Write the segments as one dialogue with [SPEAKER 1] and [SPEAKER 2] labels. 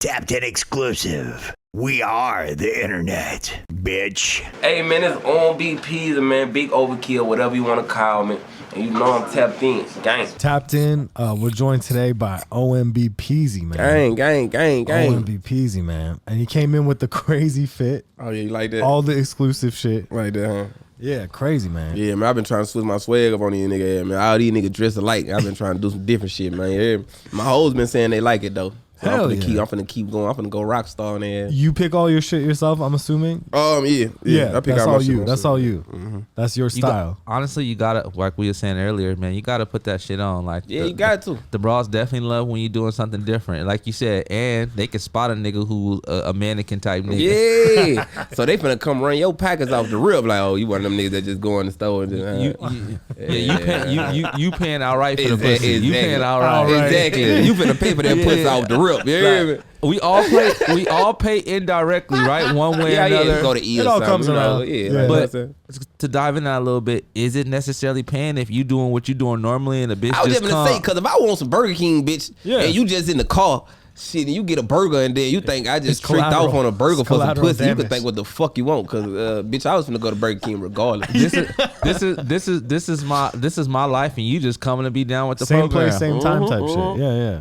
[SPEAKER 1] Tapped in exclusive. We are the internet, bitch.
[SPEAKER 2] Hey man, it's on BP, the man, big overkill, whatever you want to call me. And you know I'm tapped in, gang.
[SPEAKER 3] Tapped in. Uh, we're joined today by OMB Peasy, man.
[SPEAKER 4] Gang, gang, gang, gang.
[SPEAKER 3] OMB Peasy, man. And he came in with the crazy fit,
[SPEAKER 4] Oh yeah, you like that?
[SPEAKER 3] all the exclusive shit.
[SPEAKER 4] like that, huh?
[SPEAKER 3] Yeah, crazy, man.
[SPEAKER 4] Yeah, man. I've been trying to switch my swag up on these nigga, yeah, man. All these niggas dress alike. I've been trying to do some different shit, man. Yeah. My hoes been saying they like it though. So
[SPEAKER 3] Hell
[SPEAKER 4] I'm finna
[SPEAKER 3] yeah.
[SPEAKER 4] keep. I'm finna keep going. I'm finna go rock star in there.
[SPEAKER 3] You pick all your shit yourself, I'm assuming?
[SPEAKER 4] Um, yeah, yeah.
[SPEAKER 3] Yeah,
[SPEAKER 4] I pick
[SPEAKER 3] that's
[SPEAKER 4] out
[SPEAKER 3] all
[SPEAKER 4] my
[SPEAKER 3] you.
[SPEAKER 4] Shit Mm-hmm.
[SPEAKER 3] That's all you. That's your
[SPEAKER 5] You got-
[SPEAKER 3] style.
[SPEAKER 5] honestly, you gotta like we were saying earlier, man. You gotta put that shit on. Like,
[SPEAKER 4] Yeah,
[SPEAKER 5] the-
[SPEAKER 4] you got to.
[SPEAKER 5] The bras definitely love when you're doing something different, like you said, and they can spot a nigga who a, a mannequin type nigga.
[SPEAKER 4] Yeah. so they finna come run your packets off the rip. Like, oh, you one of them niggas that just go in the store and just. Uh,
[SPEAKER 5] You, you, yeah, you paying you, you, you paying all right for the
[SPEAKER 4] Exact-
[SPEAKER 5] pussy. You
[SPEAKER 4] exactly.
[SPEAKER 5] paying all right.
[SPEAKER 3] All right.
[SPEAKER 4] Exactly. you finna pay for that
[SPEAKER 5] Yeah.
[SPEAKER 4] pussy off the rip. Yeah.
[SPEAKER 5] Like, we all play. We all pay indirectly, right? One way
[SPEAKER 4] yeah,
[SPEAKER 5] or another.
[SPEAKER 4] yeah. Go to E
[SPEAKER 3] It
[SPEAKER 4] or
[SPEAKER 3] all
[SPEAKER 4] something,
[SPEAKER 3] comes
[SPEAKER 4] you know,
[SPEAKER 3] around.
[SPEAKER 4] Yeah, Like,
[SPEAKER 3] Yeah.
[SPEAKER 5] But
[SPEAKER 4] you know what I'm saying?
[SPEAKER 5] to dive in that a little bit, is it necessarily paying if you doing what you doing normally and the bitch
[SPEAKER 4] I was
[SPEAKER 5] just
[SPEAKER 4] just gonna say,
[SPEAKER 5] come?
[SPEAKER 4] cause if I want some Burger King, bitch,
[SPEAKER 3] Yeah.
[SPEAKER 4] and you just in the car, shit, and you get a burger, and then you think I just
[SPEAKER 3] It's
[SPEAKER 4] tricked off
[SPEAKER 3] collateral.
[SPEAKER 4] on a burger
[SPEAKER 3] It's
[SPEAKER 4] for some
[SPEAKER 3] collateral
[SPEAKER 4] pussy, you
[SPEAKER 3] damage.
[SPEAKER 4] can think what the fuck you want, cause uh, bitch, I was gonna go to Burger King regardless.
[SPEAKER 5] This is this is this is this is my this is my life, and you just coming to be down with the
[SPEAKER 3] Same
[SPEAKER 5] program.
[SPEAKER 3] place, same time type
[SPEAKER 4] Mm-hmm.
[SPEAKER 3] shit. Yeah, yeah.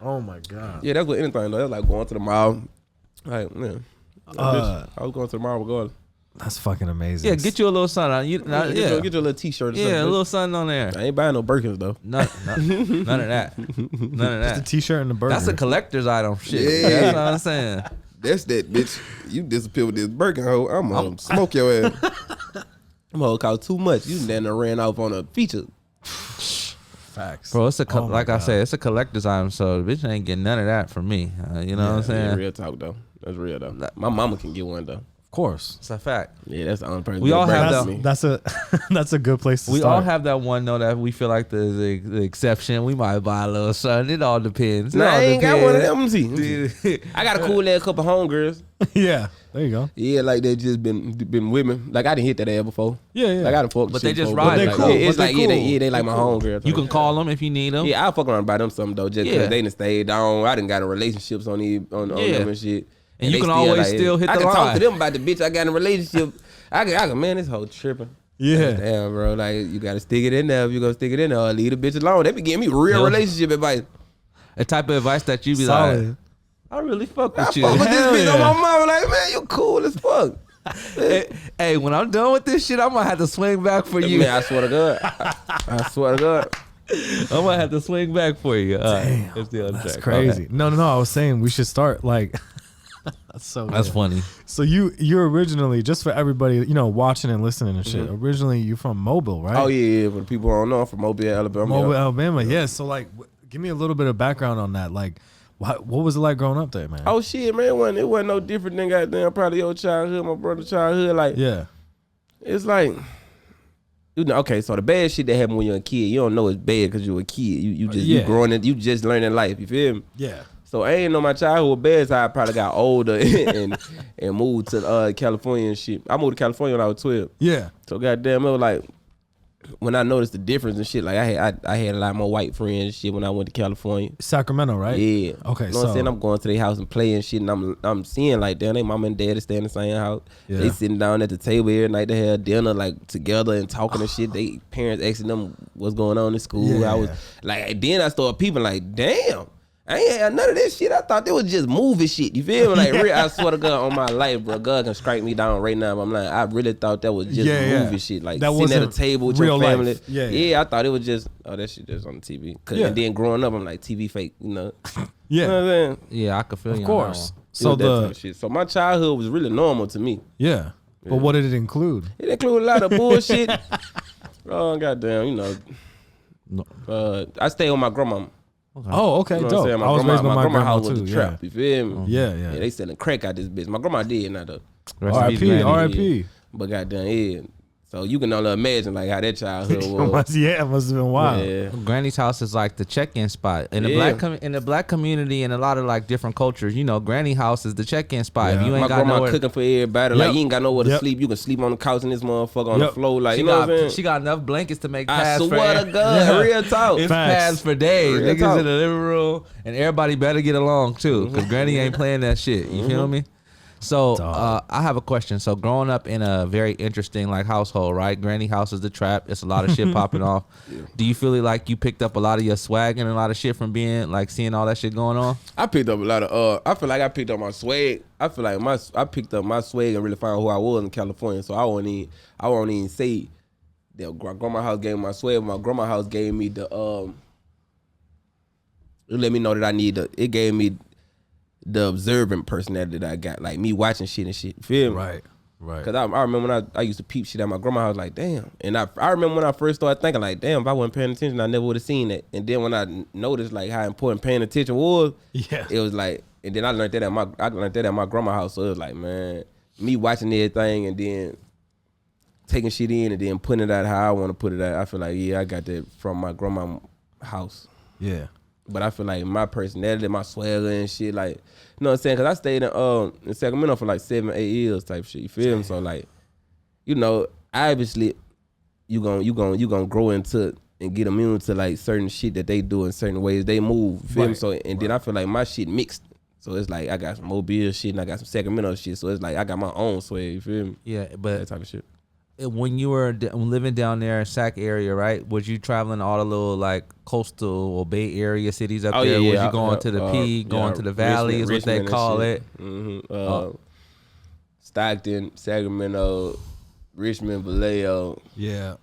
[SPEAKER 3] Oh my god.
[SPEAKER 4] yeah, that's what anything though. That's like going to the mall. Like, man,
[SPEAKER 3] Uh.
[SPEAKER 4] bitch, I was going to the mall regardless.
[SPEAKER 3] That's fucking amazing.
[SPEAKER 5] Yeah, get you a little sun. on You, now,
[SPEAKER 4] Get,
[SPEAKER 5] Uh, yeah,
[SPEAKER 4] your, get your little T-shirt. Or
[SPEAKER 5] yeah, a
[SPEAKER 4] something,
[SPEAKER 5] little sun on there.
[SPEAKER 4] bitch. I ain't buying no Birkins though.
[SPEAKER 5] No, no, none of that. None of
[SPEAKER 3] the
[SPEAKER 5] that.
[SPEAKER 3] t-shirt and the burger.
[SPEAKER 5] That's a collector's item. Shit.
[SPEAKER 4] Yeah.
[SPEAKER 5] That's what I'm saying.
[SPEAKER 4] That's that bitch. You disappear with this Birkin hoe. I'm gonna smoke your ass. I'm gonna call too much. You damn near ran off on a feature.
[SPEAKER 3] facts.
[SPEAKER 5] Bro, it's a co-
[SPEAKER 3] Oh my
[SPEAKER 5] like I
[SPEAKER 3] God.
[SPEAKER 5] said, it's a collector's item. So the bitch ain't getting none of that from me. Uh, you know what I'm
[SPEAKER 4] Yeah,
[SPEAKER 5] saying?
[SPEAKER 4] real talk though. That's real though. My mama can get one though.
[SPEAKER 3] Of course.
[SPEAKER 5] It's a fact.
[SPEAKER 4] Yeah, that's the only person.
[SPEAKER 5] We all
[SPEAKER 4] that
[SPEAKER 5] have
[SPEAKER 4] brags
[SPEAKER 3] That's,
[SPEAKER 5] that-
[SPEAKER 4] me.
[SPEAKER 3] that's a that's a good place to
[SPEAKER 5] We
[SPEAKER 3] start.
[SPEAKER 5] all have that one though that we feel like the, the, the exception. We might buy a little sun. It all depends. It
[SPEAKER 4] Nah,
[SPEAKER 5] all
[SPEAKER 4] I ain't got one of them.
[SPEAKER 5] depends.
[SPEAKER 4] Let me see. I got a cool ass couple homegirls.
[SPEAKER 3] yeah. There you go.
[SPEAKER 4] Yeah, like they just been been women. Like I didn't hit that ass before.
[SPEAKER 3] Yeah, yeah.
[SPEAKER 4] Like I done fucked.
[SPEAKER 5] But
[SPEAKER 4] shit
[SPEAKER 5] they just
[SPEAKER 4] before,
[SPEAKER 5] ride
[SPEAKER 4] like,
[SPEAKER 3] it. But they cool,
[SPEAKER 4] Yeah, it's
[SPEAKER 3] but they
[SPEAKER 4] like yeah, they,
[SPEAKER 3] cool.
[SPEAKER 4] yeah, they like my homegirls.
[SPEAKER 5] you can call them if you need them.
[SPEAKER 4] Yeah, I'll fuck around by them something though, just
[SPEAKER 5] Oh. Yeah.
[SPEAKER 4] cause they done stayed down. I done got in relationships on these on, on
[SPEAKER 5] Yeah.
[SPEAKER 4] them and shit.
[SPEAKER 5] And you
[SPEAKER 4] they
[SPEAKER 5] can always still hit
[SPEAKER 4] I
[SPEAKER 5] the
[SPEAKER 4] can
[SPEAKER 5] line.
[SPEAKER 4] talk to them about the bitch I got in a relationship. I can, I can, man, this whole tripping.
[SPEAKER 3] Yeah.
[SPEAKER 4] Damn, bro, like you gotta stick it in there. If you gonna stick it in there, or leave the bitch alone. They be giving me real
[SPEAKER 5] Yeah.
[SPEAKER 4] relationship advice.
[SPEAKER 5] A type of advice that you be like,
[SPEAKER 3] Solid.
[SPEAKER 5] I really fuck
[SPEAKER 4] I
[SPEAKER 5] with
[SPEAKER 4] fuck
[SPEAKER 5] you.
[SPEAKER 4] with this
[SPEAKER 3] Hell
[SPEAKER 4] bitch on my
[SPEAKER 3] yeah.
[SPEAKER 4] mama. Like, man, you cool as fuck.
[SPEAKER 5] hey, hey, when I'm done with this shit, I'm gonna have to swing back for you.
[SPEAKER 4] Man, I swear to God, I, I swear to God.
[SPEAKER 5] I'm gonna have to swing back for you. All right, it's the other
[SPEAKER 3] That's
[SPEAKER 5] track.
[SPEAKER 3] crazy.
[SPEAKER 5] Okay.
[SPEAKER 3] No, no, no. I was saying we should start like that's so
[SPEAKER 5] That's
[SPEAKER 3] good.
[SPEAKER 5] funny.
[SPEAKER 3] So you you're originally just for everybody, you know, watching and listening and shit. Originally you from Mobile, right?
[SPEAKER 4] Mm-hmm. Oh yeah, yeah. For the people who don't know, I'm from Mobile, Alabama.
[SPEAKER 3] Mobile, Alabama. Yeah. So like w- give me a little bit of background on that. Like what what was it like growing up there, man?
[SPEAKER 4] Oh shit, man, it wasn't, it wasn't no different than goddamn probably your childhood, my brother's childhood. Like,
[SPEAKER 3] yeah.
[SPEAKER 4] it's like you know, okay, so the bad shit that happened when you're a kid, you don't know it's bad because you're a kid. You you just
[SPEAKER 3] yeah.
[SPEAKER 4] you growing it, you just learning life. You feel me?
[SPEAKER 3] Yeah.
[SPEAKER 4] So I ain't know my childhood bad. So I probably got older and and moved to uh, California and shit. I moved to California when I was twelve.
[SPEAKER 3] Yeah.
[SPEAKER 4] So goddamn, it was like when I noticed the difference and shit. Like I had I, I had a lot more white friends and shit when I went to California.
[SPEAKER 3] Sacramento, right?
[SPEAKER 4] Yeah.
[SPEAKER 3] Okay,
[SPEAKER 4] You know what
[SPEAKER 3] so-
[SPEAKER 4] I'm saying? I'm going to their house and playing shit, and I'm I'm seeing like damn, they mom and dad is staying in the same house. They
[SPEAKER 3] Yeah.
[SPEAKER 4] sitting down at the table every night. They had dinner like together and talking and shit. They parents asking them what's going on in school.
[SPEAKER 3] Yeah.
[SPEAKER 4] I was like, then I started peeping like, damn. I ain't had none of this shit. I thought they was just movie shit. You feel me? Like, real, I swear to God, on my life, bro, God can strike me down right now. But I'm like, I really thought that was just
[SPEAKER 3] Yeah, yeah.
[SPEAKER 4] movie shit. Like,
[SPEAKER 3] That
[SPEAKER 4] sitting at
[SPEAKER 3] wasn't
[SPEAKER 4] a table with
[SPEAKER 3] real
[SPEAKER 4] your
[SPEAKER 3] life.
[SPEAKER 4] family.
[SPEAKER 3] Yeah, yeah.
[SPEAKER 4] yeah, I thought it was just, oh, that shit just on TV. 'Cause-
[SPEAKER 3] Yeah.
[SPEAKER 4] And then growing up, I'm like, TV fake, you know? You know what
[SPEAKER 3] Yeah.
[SPEAKER 4] I'm saying?
[SPEAKER 5] Yeah, I could feel you.
[SPEAKER 3] Of
[SPEAKER 5] on that
[SPEAKER 3] course.
[SPEAKER 5] one.
[SPEAKER 3] So
[SPEAKER 4] It was that type
[SPEAKER 3] the
[SPEAKER 4] of shit. so my childhood was really normal to me.
[SPEAKER 3] yeah. But what did it include?
[SPEAKER 4] It included a lot of bullshit. oh goddamn, you know.
[SPEAKER 5] No.
[SPEAKER 4] Uh, I stayed with my grandma.
[SPEAKER 3] Oh, okay,
[SPEAKER 4] You know what I'm
[SPEAKER 3] dope.
[SPEAKER 4] saying? My
[SPEAKER 3] I was
[SPEAKER 4] grandma,
[SPEAKER 3] raised by my,
[SPEAKER 4] grandma
[SPEAKER 3] grandma
[SPEAKER 4] house was
[SPEAKER 3] too.
[SPEAKER 4] a
[SPEAKER 3] Yeah.
[SPEAKER 4] trap. You feel me?
[SPEAKER 3] Yeah, yeah.
[SPEAKER 4] They selling crack out this bitch. My grandma did not though.
[SPEAKER 5] Rest in peace,
[SPEAKER 3] R.I.P.
[SPEAKER 5] Granny.
[SPEAKER 3] R.I.P.
[SPEAKER 4] Yeah. But goddamn, yeah. So you can only imagine like how that childhood was.
[SPEAKER 3] Must- yeah, it must have been wild.
[SPEAKER 4] Yeah.
[SPEAKER 5] Granny's house is like the check-in spot in the
[SPEAKER 4] Yeah.
[SPEAKER 5] black com- in the black community and a lot of like different cultures. You know, Granny house is the check-in spot. If
[SPEAKER 3] Yeah.
[SPEAKER 5] you ain't
[SPEAKER 4] My
[SPEAKER 5] got
[SPEAKER 4] grandma
[SPEAKER 5] nowhere,
[SPEAKER 4] cooking for everybody. Like
[SPEAKER 3] Yep.
[SPEAKER 4] you ain't got nowhere to
[SPEAKER 3] Yep.
[SPEAKER 4] sleep. You can sleep on the couch in this motherfucker on the
[SPEAKER 3] Yep.
[SPEAKER 4] floor. Like
[SPEAKER 5] she
[SPEAKER 4] you know
[SPEAKER 5] got
[SPEAKER 4] what I'm
[SPEAKER 5] she
[SPEAKER 4] saying?
[SPEAKER 5] got enough blankets to make.
[SPEAKER 4] I
[SPEAKER 5] pass for
[SPEAKER 4] swear to
[SPEAKER 5] every-
[SPEAKER 4] God, real talk.
[SPEAKER 5] It's
[SPEAKER 3] Facts.
[SPEAKER 5] passed for days.
[SPEAKER 4] Real
[SPEAKER 5] Niggas
[SPEAKER 4] talk. Mm-hmm.
[SPEAKER 5] in the living room, and everybody better get along too, because Granny ain't playing that shit. You feel me? So uh,
[SPEAKER 3] Dog.
[SPEAKER 5] I have a question. So growing up in a very interesting like household, right? Granny house is the trap. It's a lot of shit popping off. Do you feel like you picked up a lot of your swag and a lot of shit from being like seeing all that shit going on?
[SPEAKER 4] I picked up a lot of. uh I feel like I picked up my swag. I feel like my I picked up my swag and really found who I was in California. So I won't even I won't even say that gr- grandma house gave me my swag. My grandma house gave me the um. It let me know that I need the. It gave me the observant personality that I got, like me watching shit and shit. Feel me?
[SPEAKER 3] Right, right.
[SPEAKER 4] Cause I, I remember when I, I used to peep shit at my grandma's house, like damn. And I I remember when I first started thinking, like damn, if I wasn't paying attention, I never would have seen that. And then when I n- noticed like how important paying attention was,
[SPEAKER 3] Yeah.
[SPEAKER 4] it was like. And then I learned that at my I learned that at my grandma's house, so it was like man, me watching everything and then taking shit in and then putting it out how I want to put it out. I feel like yeah, I got that from my grandma's house.
[SPEAKER 3] Yeah.
[SPEAKER 4] But I feel like my personality, my swagger and shit, like, you know what I'm saying? Cause I stayed in um in Sacramento for like seven, eight years type shit. You feel me? So like, you know, obviously you gon' you gon' you gonna grow into and get immune to like certain shit that they do in certain ways they move. You feel me?
[SPEAKER 3] Right,
[SPEAKER 4] So and then I feel like my shit mixed. So it's like I got some Mobile shit and I got some Sacramento shit. So it's like I got my own swag, you feel me?
[SPEAKER 5] Yeah,
[SPEAKER 4] That
[SPEAKER 5] but
[SPEAKER 4] type of shit.
[SPEAKER 5] when you were d- living down there in Sac area, right? Was you traveling all the little like coastal or Bay Area cities up
[SPEAKER 4] Oh yeah,
[SPEAKER 5] there?
[SPEAKER 4] yeah.
[SPEAKER 5] was you going to the
[SPEAKER 4] uh,
[SPEAKER 5] P,
[SPEAKER 4] yeah,
[SPEAKER 5] going to the
[SPEAKER 4] Richmond-
[SPEAKER 5] Valley, is what
[SPEAKER 4] Richmond
[SPEAKER 5] they
[SPEAKER 4] and
[SPEAKER 5] call
[SPEAKER 4] shit.
[SPEAKER 5] it?
[SPEAKER 4] Mhm. Uh,
[SPEAKER 5] Oh.
[SPEAKER 4] Stockton, Sacramento, Richmond, Vallejo,
[SPEAKER 3] Yeah.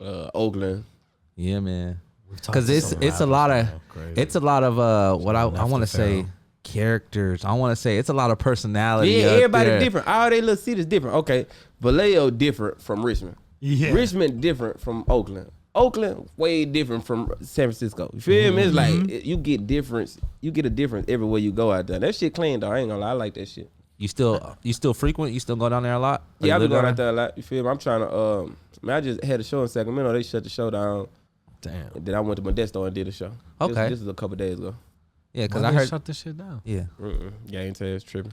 [SPEAKER 4] uh, Oakland.
[SPEAKER 5] Yeah, man.
[SPEAKER 3] We've talked
[SPEAKER 5] Because
[SPEAKER 3] to
[SPEAKER 5] it's
[SPEAKER 3] some
[SPEAKER 5] it's a
[SPEAKER 3] rappers,
[SPEAKER 5] lot of
[SPEAKER 3] man. Crazy.
[SPEAKER 5] it's a lot of uh what I,
[SPEAKER 3] Something
[SPEAKER 5] I
[SPEAKER 3] left
[SPEAKER 5] want to
[SPEAKER 3] to
[SPEAKER 5] say
[SPEAKER 3] fail.
[SPEAKER 5] characters. I want to say it's a lot of personality.
[SPEAKER 4] Yeah,
[SPEAKER 5] out
[SPEAKER 4] everybody
[SPEAKER 5] there.
[SPEAKER 4] different. All they little cities different. Okay, Vallejo different from Richmond.
[SPEAKER 3] Yeah.
[SPEAKER 4] Richmond different from Oakland. Oakland way different from San Francisco. You feel me? It's like
[SPEAKER 5] Mm-hmm.
[SPEAKER 4] it- you get difference. You get a difference everywhere you go out there. That shit clean though. I ain't gonna lie. I like that shit.
[SPEAKER 5] You still you still frequent. You still go down there a lot.
[SPEAKER 4] yeah,
[SPEAKER 5] Or you
[SPEAKER 4] I've been
[SPEAKER 5] live down
[SPEAKER 4] going out there a lot. You feel me? I'm trying to. Um, man, I just had a show in Sacramento. They shut the show down.
[SPEAKER 3] Damn.
[SPEAKER 4] And then I went to Modesto and did a show. This-
[SPEAKER 5] Okay.
[SPEAKER 4] This, is a couple days ago.
[SPEAKER 5] Yeah, because
[SPEAKER 3] Why
[SPEAKER 5] I
[SPEAKER 3] they
[SPEAKER 5] heard.
[SPEAKER 3] shut this shit down.
[SPEAKER 5] Yeah,
[SPEAKER 4] Mm-mm. Gang tags tripping.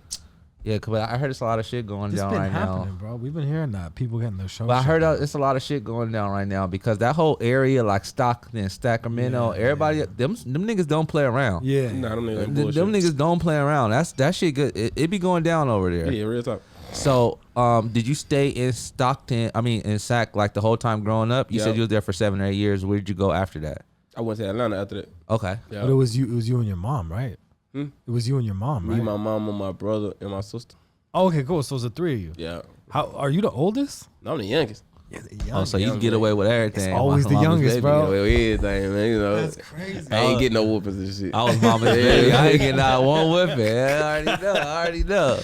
[SPEAKER 5] yeah, because I heard it's a lot of shit going
[SPEAKER 3] This
[SPEAKER 5] down
[SPEAKER 3] been
[SPEAKER 5] right now.
[SPEAKER 3] happening, bro. We've been hearing that people getting their show.
[SPEAKER 5] But I
[SPEAKER 3] shut
[SPEAKER 5] heard uh,
[SPEAKER 3] down.
[SPEAKER 5] it's a lot of shit going down right now because that whole area, like Stockton, Sacramento, everybody, them them niggas don't play around.
[SPEAKER 3] Yeah.
[SPEAKER 4] Nah, them niggas.
[SPEAKER 5] Th-
[SPEAKER 4] bullshit.
[SPEAKER 5] them niggas don't play around. That's that shit good. It, it be going down over there.
[SPEAKER 4] Yeah, real talk.
[SPEAKER 5] So, um, did you stay in Stockton? I mean, in Sac, like the whole time growing up? You
[SPEAKER 4] Yep.
[SPEAKER 5] said you was there for seven or eight years. Where did you go after that?
[SPEAKER 4] I went to Atlanta after that.
[SPEAKER 5] Okay.
[SPEAKER 4] Yeah.
[SPEAKER 3] But it was you. It was you and your mom, right?
[SPEAKER 4] Hmm?
[SPEAKER 3] It was you and your mom,
[SPEAKER 4] Me,
[SPEAKER 3] right?
[SPEAKER 4] my mom, and my brother, and my sister.
[SPEAKER 3] Oh, okay, cool. So it's the three of you.
[SPEAKER 4] Yeah.
[SPEAKER 3] How are you the oldest?
[SPEAKER 4] No, I'm the youngest.
[SPEAKER 3] Yeah,
[SPEAKER 5] Oh, so you
[SPEAKER 4] young,
[SPEAKER 5] can get
[SPEAKER 4] man.
[SPEAKER 5] away with everything. My
[SPEAKER 3] always the
[SPEAKER 5] mama's
[SPEAKER 3] youngest,
[SPEAKER 5] baby.
[SPEAKER 3] bro.
[SPEAKER 4] You know, everything, man. You know,
[SPEAKER 3] crazy.
[SPEAKER 4] I ain't getting no whoopings and shit.
[SPEAKER 5] I was mama's baby. I ain't getting out one whipping. I already know. I already know.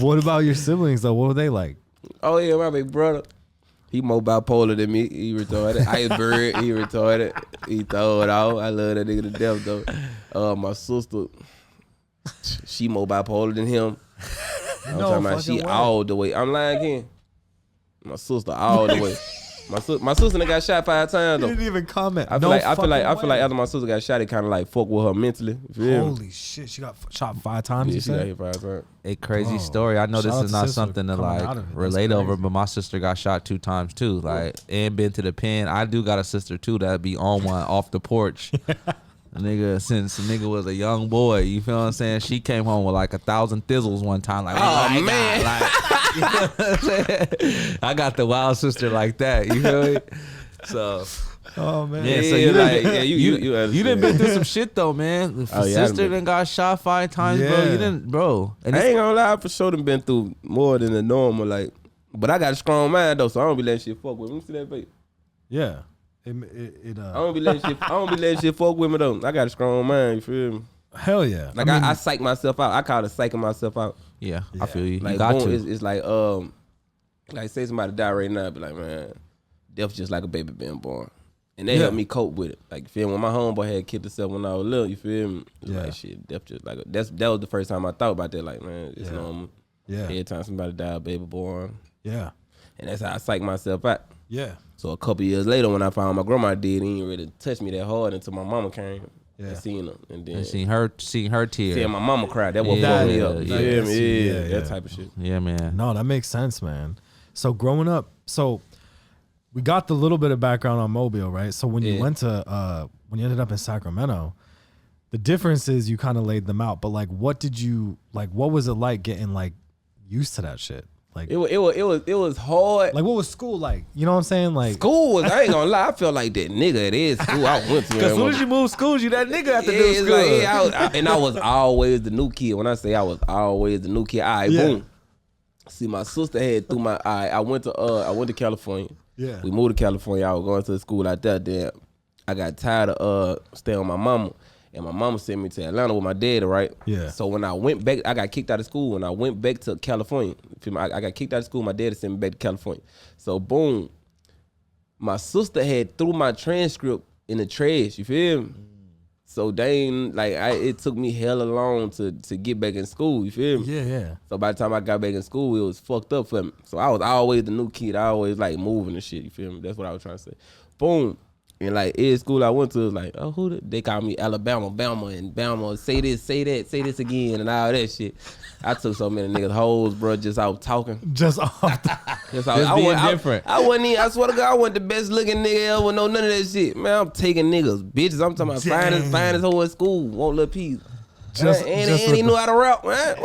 [SPEAKER 3] What about your siblings though? What were they like?
[SPEAKER 4] Oh yeah, my big brother. He more bipolar than me. He retarded. Iceberg. He retarded. He throw it out. I love that nigga to death though. Uh, my sister, she more bipolar than him. I'm
[SPEAKER 3] No
[SPEAKER 4] talking about
[SPEAKER 3] fucking
[SPEAKER 4] she
[SPEAKER 3] way.
[SPEAKER 4] all the way. I'm lying again. My sister all the way. My sis my sister done got shot five times
[SPEAKER 3] They
[SPEAKER 4] though.
[SPEAKER 3] didn't even comment.
[SPEAKER 4] I feel
[SPEAKER 3] No
[SPEAKER 4] like I feel like I
[SPEAKER 3] fucking
[SPEAKER 4] feel like
[SPEAKER 3] way.
[SPEAKER 4] after my sister got shot, it kind of like fuck with her mentally. You feel me?
[SPEAKER 3] Holy shit! She got f- shot five times.
[SPEAKER 4] yeah,
[SPEAKER 3] you
[SPEAKER 4] she got
[SPEAKER 3] said?
[SPEAKER 4] hit five times.
[SPEAKER 5] A crazy
[SPEAKER 3] Bro,
[SPEAKER 5] story. I know
[SPEAKER 3] shout out
[SPEAKER 5] this is
[SPEAKER 3] to
[SPEAKER 5] not
[SPEAKER 3] sister
[SPEAKER 5] something to
[SPEAKER 3] coming
[SPEAKER 5] like
[SPEAKER 3] out of it. That's
[SPEAKER 5] relate over,
[SPEAKER 3] crazy.
[SPEAKER 5] but my sister got shot two times too. Like and been to the pen. I do got a sister too that be on one off the porch. A nigga, since the nigga was a young boy, you feel what I'm saying? She came home with like a thousand thizzles one time. Like, oh, my man. I got the wild sister like that. You feel me? So
[SPEAKER 3] Oh man.
[SPEAKER 5] yeah, so
[SPEAKER 4] Yeah,
[SPEAKER 5] you
[SPEAKER 4] like,
[SPEAKER 5] like
[SPEAKER 4] yeah,
[SPEAKER 5] you
[SPEAKER 4] you- you- you
[SPEAKER 5] you, done
[SPEAKER 4] understand.
[SPEAKER 5] been through some shit though, man.
[SPEAKER 4] Oh, yeah, I done
[SPEAKER 5] sister
[SPEAKER 4] been-
[SPEAKER 5] done got shot five times, bro. You
[SPEAKER 3] Yeah.
[SPEAKER 5] didn't, bro. And
[SPEAKER 4] I
[SPEAKER 5] it's-
[SPEAKER 4] ain't gonna lie, I for sure done been through more than the normal. Like, but I got a strong mind though, so I don't be letting shit fuck with me. Let me See that face?
[SPEAKER 3] Yeah. It, it, it,
[SPEAKER 4] I
[SPEAKER 3] uh,
[SPEAKER 4] don't be letting shit. I don't be letting shit fuck with me though. I got a strong mind. You feel me?
[SPEAKER 3] hell yeah.
[SPEAKER 4] Like I, I, psych myself out. I call it psyching myself out.
[SPEAKER 5] yeah, I feel you.
[SPEAKER 4] Like,
[SPEAKER 5] you got
[SPEAKER 4] boom,
[SPEAKER 5] to.
[SPEAKER 4] It's, it's like um, like say somebody die right now, I be like man, death just like a baby being born. And they
[SPEAKER 3] Yeah.
[SPEAKER 4] helped me cope with it. Like, you feel me? When my homeboy had killed himself when I was little, you feel me? It's
[SPEAKER 3] Yeah.
[SPEAKER 4] Like, shit, death just like a, that's that was the first time I thought about that. Like, man, it's
[SPEAKER 3] Yeah.
[SPEAKER 4] normal.
[SPEAKER 3] yeah.
[SPEAKER 4] Every time somebody die, a baby born.
[SPEAKER 3] Yeah.
[SPEAKER 4] and that's how I psyched myself out.
[SPEAKER 3] Yeah.
[SPEAKER 4] So a couple years later, when I found my grandma did, he didn't really touch me that hard until my mama came
[SPEAKER 3] Yeah.
[SPEAKER 4] and seen him, and then
[SPEAKER 5] And seeing her, seeing her tear.
[SPEAKER 4] seeing my mama cry. That what
[SPEAKER 5] Yeah,
[SPEAKER 4] fucked me
[SPEAKER 5] yeah,
[SPEAKER 4] up.
[SPEAKER 5] yeah.
[SPEAKER 4] You hear me?
[SPEAKER 3] Yeah,
[SPEAKER 4] Yeah,
[SPEAKER 3] yeah.
[SPEAKER 4] that type of shit.
[SPEAKER 5] yeah, man.
[SPEAKER 3] No, that makes sense, man. So growing up, so we got the little bit of background on Mobile, right? So when you
[SPEAKER 5] Yeah.
[SPEAKER 3] went to uh when you ended up in Sacramento, the difference is you kind of laid them out, but like what did you like what was it like getting like used to that shit? Like
[SPEAKER 4] It was, it was, it was, it was hard.
[SPEAKER 3] like what was school like? You know what I'm saying? Like
[SPEAKER 4] School was, I ain't gonna lie, I felt like that nigga at his school I went to.
[SPEAKER 5] As soon as you move schools, you that nigga have to
[SPEAKER 4] yeah,
[SPEAKER 5] do
[SPEAKER 4] it's
[SPEAKER 5] school.
[SPEAKER 4] like, yeah, I was, I, and I was always the new kid. When I say I was always the new kid, all right,
[SPEAKER 3] Yeah.
[SPEAKER 4] boom. See, my sister had through my eye. I went to uh, I went to California.
[SPEAKER 3] Yeah.
[SPEAKER 4] we moved to California. I was going to the school out there. Then I got tired of uh staying with my mama, and my mama sent me to Atlanta with my daddy. Right.
[SPEAKER 3] Yeah.
[SPEAKER 4] So when I went back, I got kicked out of school. When I went back to California, Feel me? I, I got kicked out of school. My daddy sent me back to California. So boom, my sister had threw my transcript in the trash. You feel me? So they ain't like I, it took me hella long to to get back in school. You feel me?
[SPEAKER 3] yeah, yeah.
[SPEAKER 4] So by the time I got back in school, it was fucked up for me. So I was always the new kid. I always like moving and shit. You feel me? That's what I was trying to say. Boom. And like every school I went to was like, oh, who the? they call me Alabama, Bama, and Bama. Say this, say that, say this again, and all that shit. I took so many niggas hoes, bro. Just out talking.
[SPEAKER 3] Just off the,
[SPEAKER 4] That's all-
[SPEAKER 5] Just
[SPEAKER 4] I,
[SPEAKER 5] being
[SPEAKER 4] wasn't- I-
[SPEAKER 5] different.
[SPEAKER 4] I, wasn't even, I swear to God, I wasn't the best looking nigga ever. No, none of that shit. Man, I'm taking niggas, bitches. I'm talking about finest, finest hoe at school. Want little piece.
[SPEAKER 3] Just-
[SPEAKER 4] Just, and,
[SPEAKER 3] just
[SPEAKER 4] and he
[SPEAKER 3] with
[SPEAKER 4] knew how to rap, man.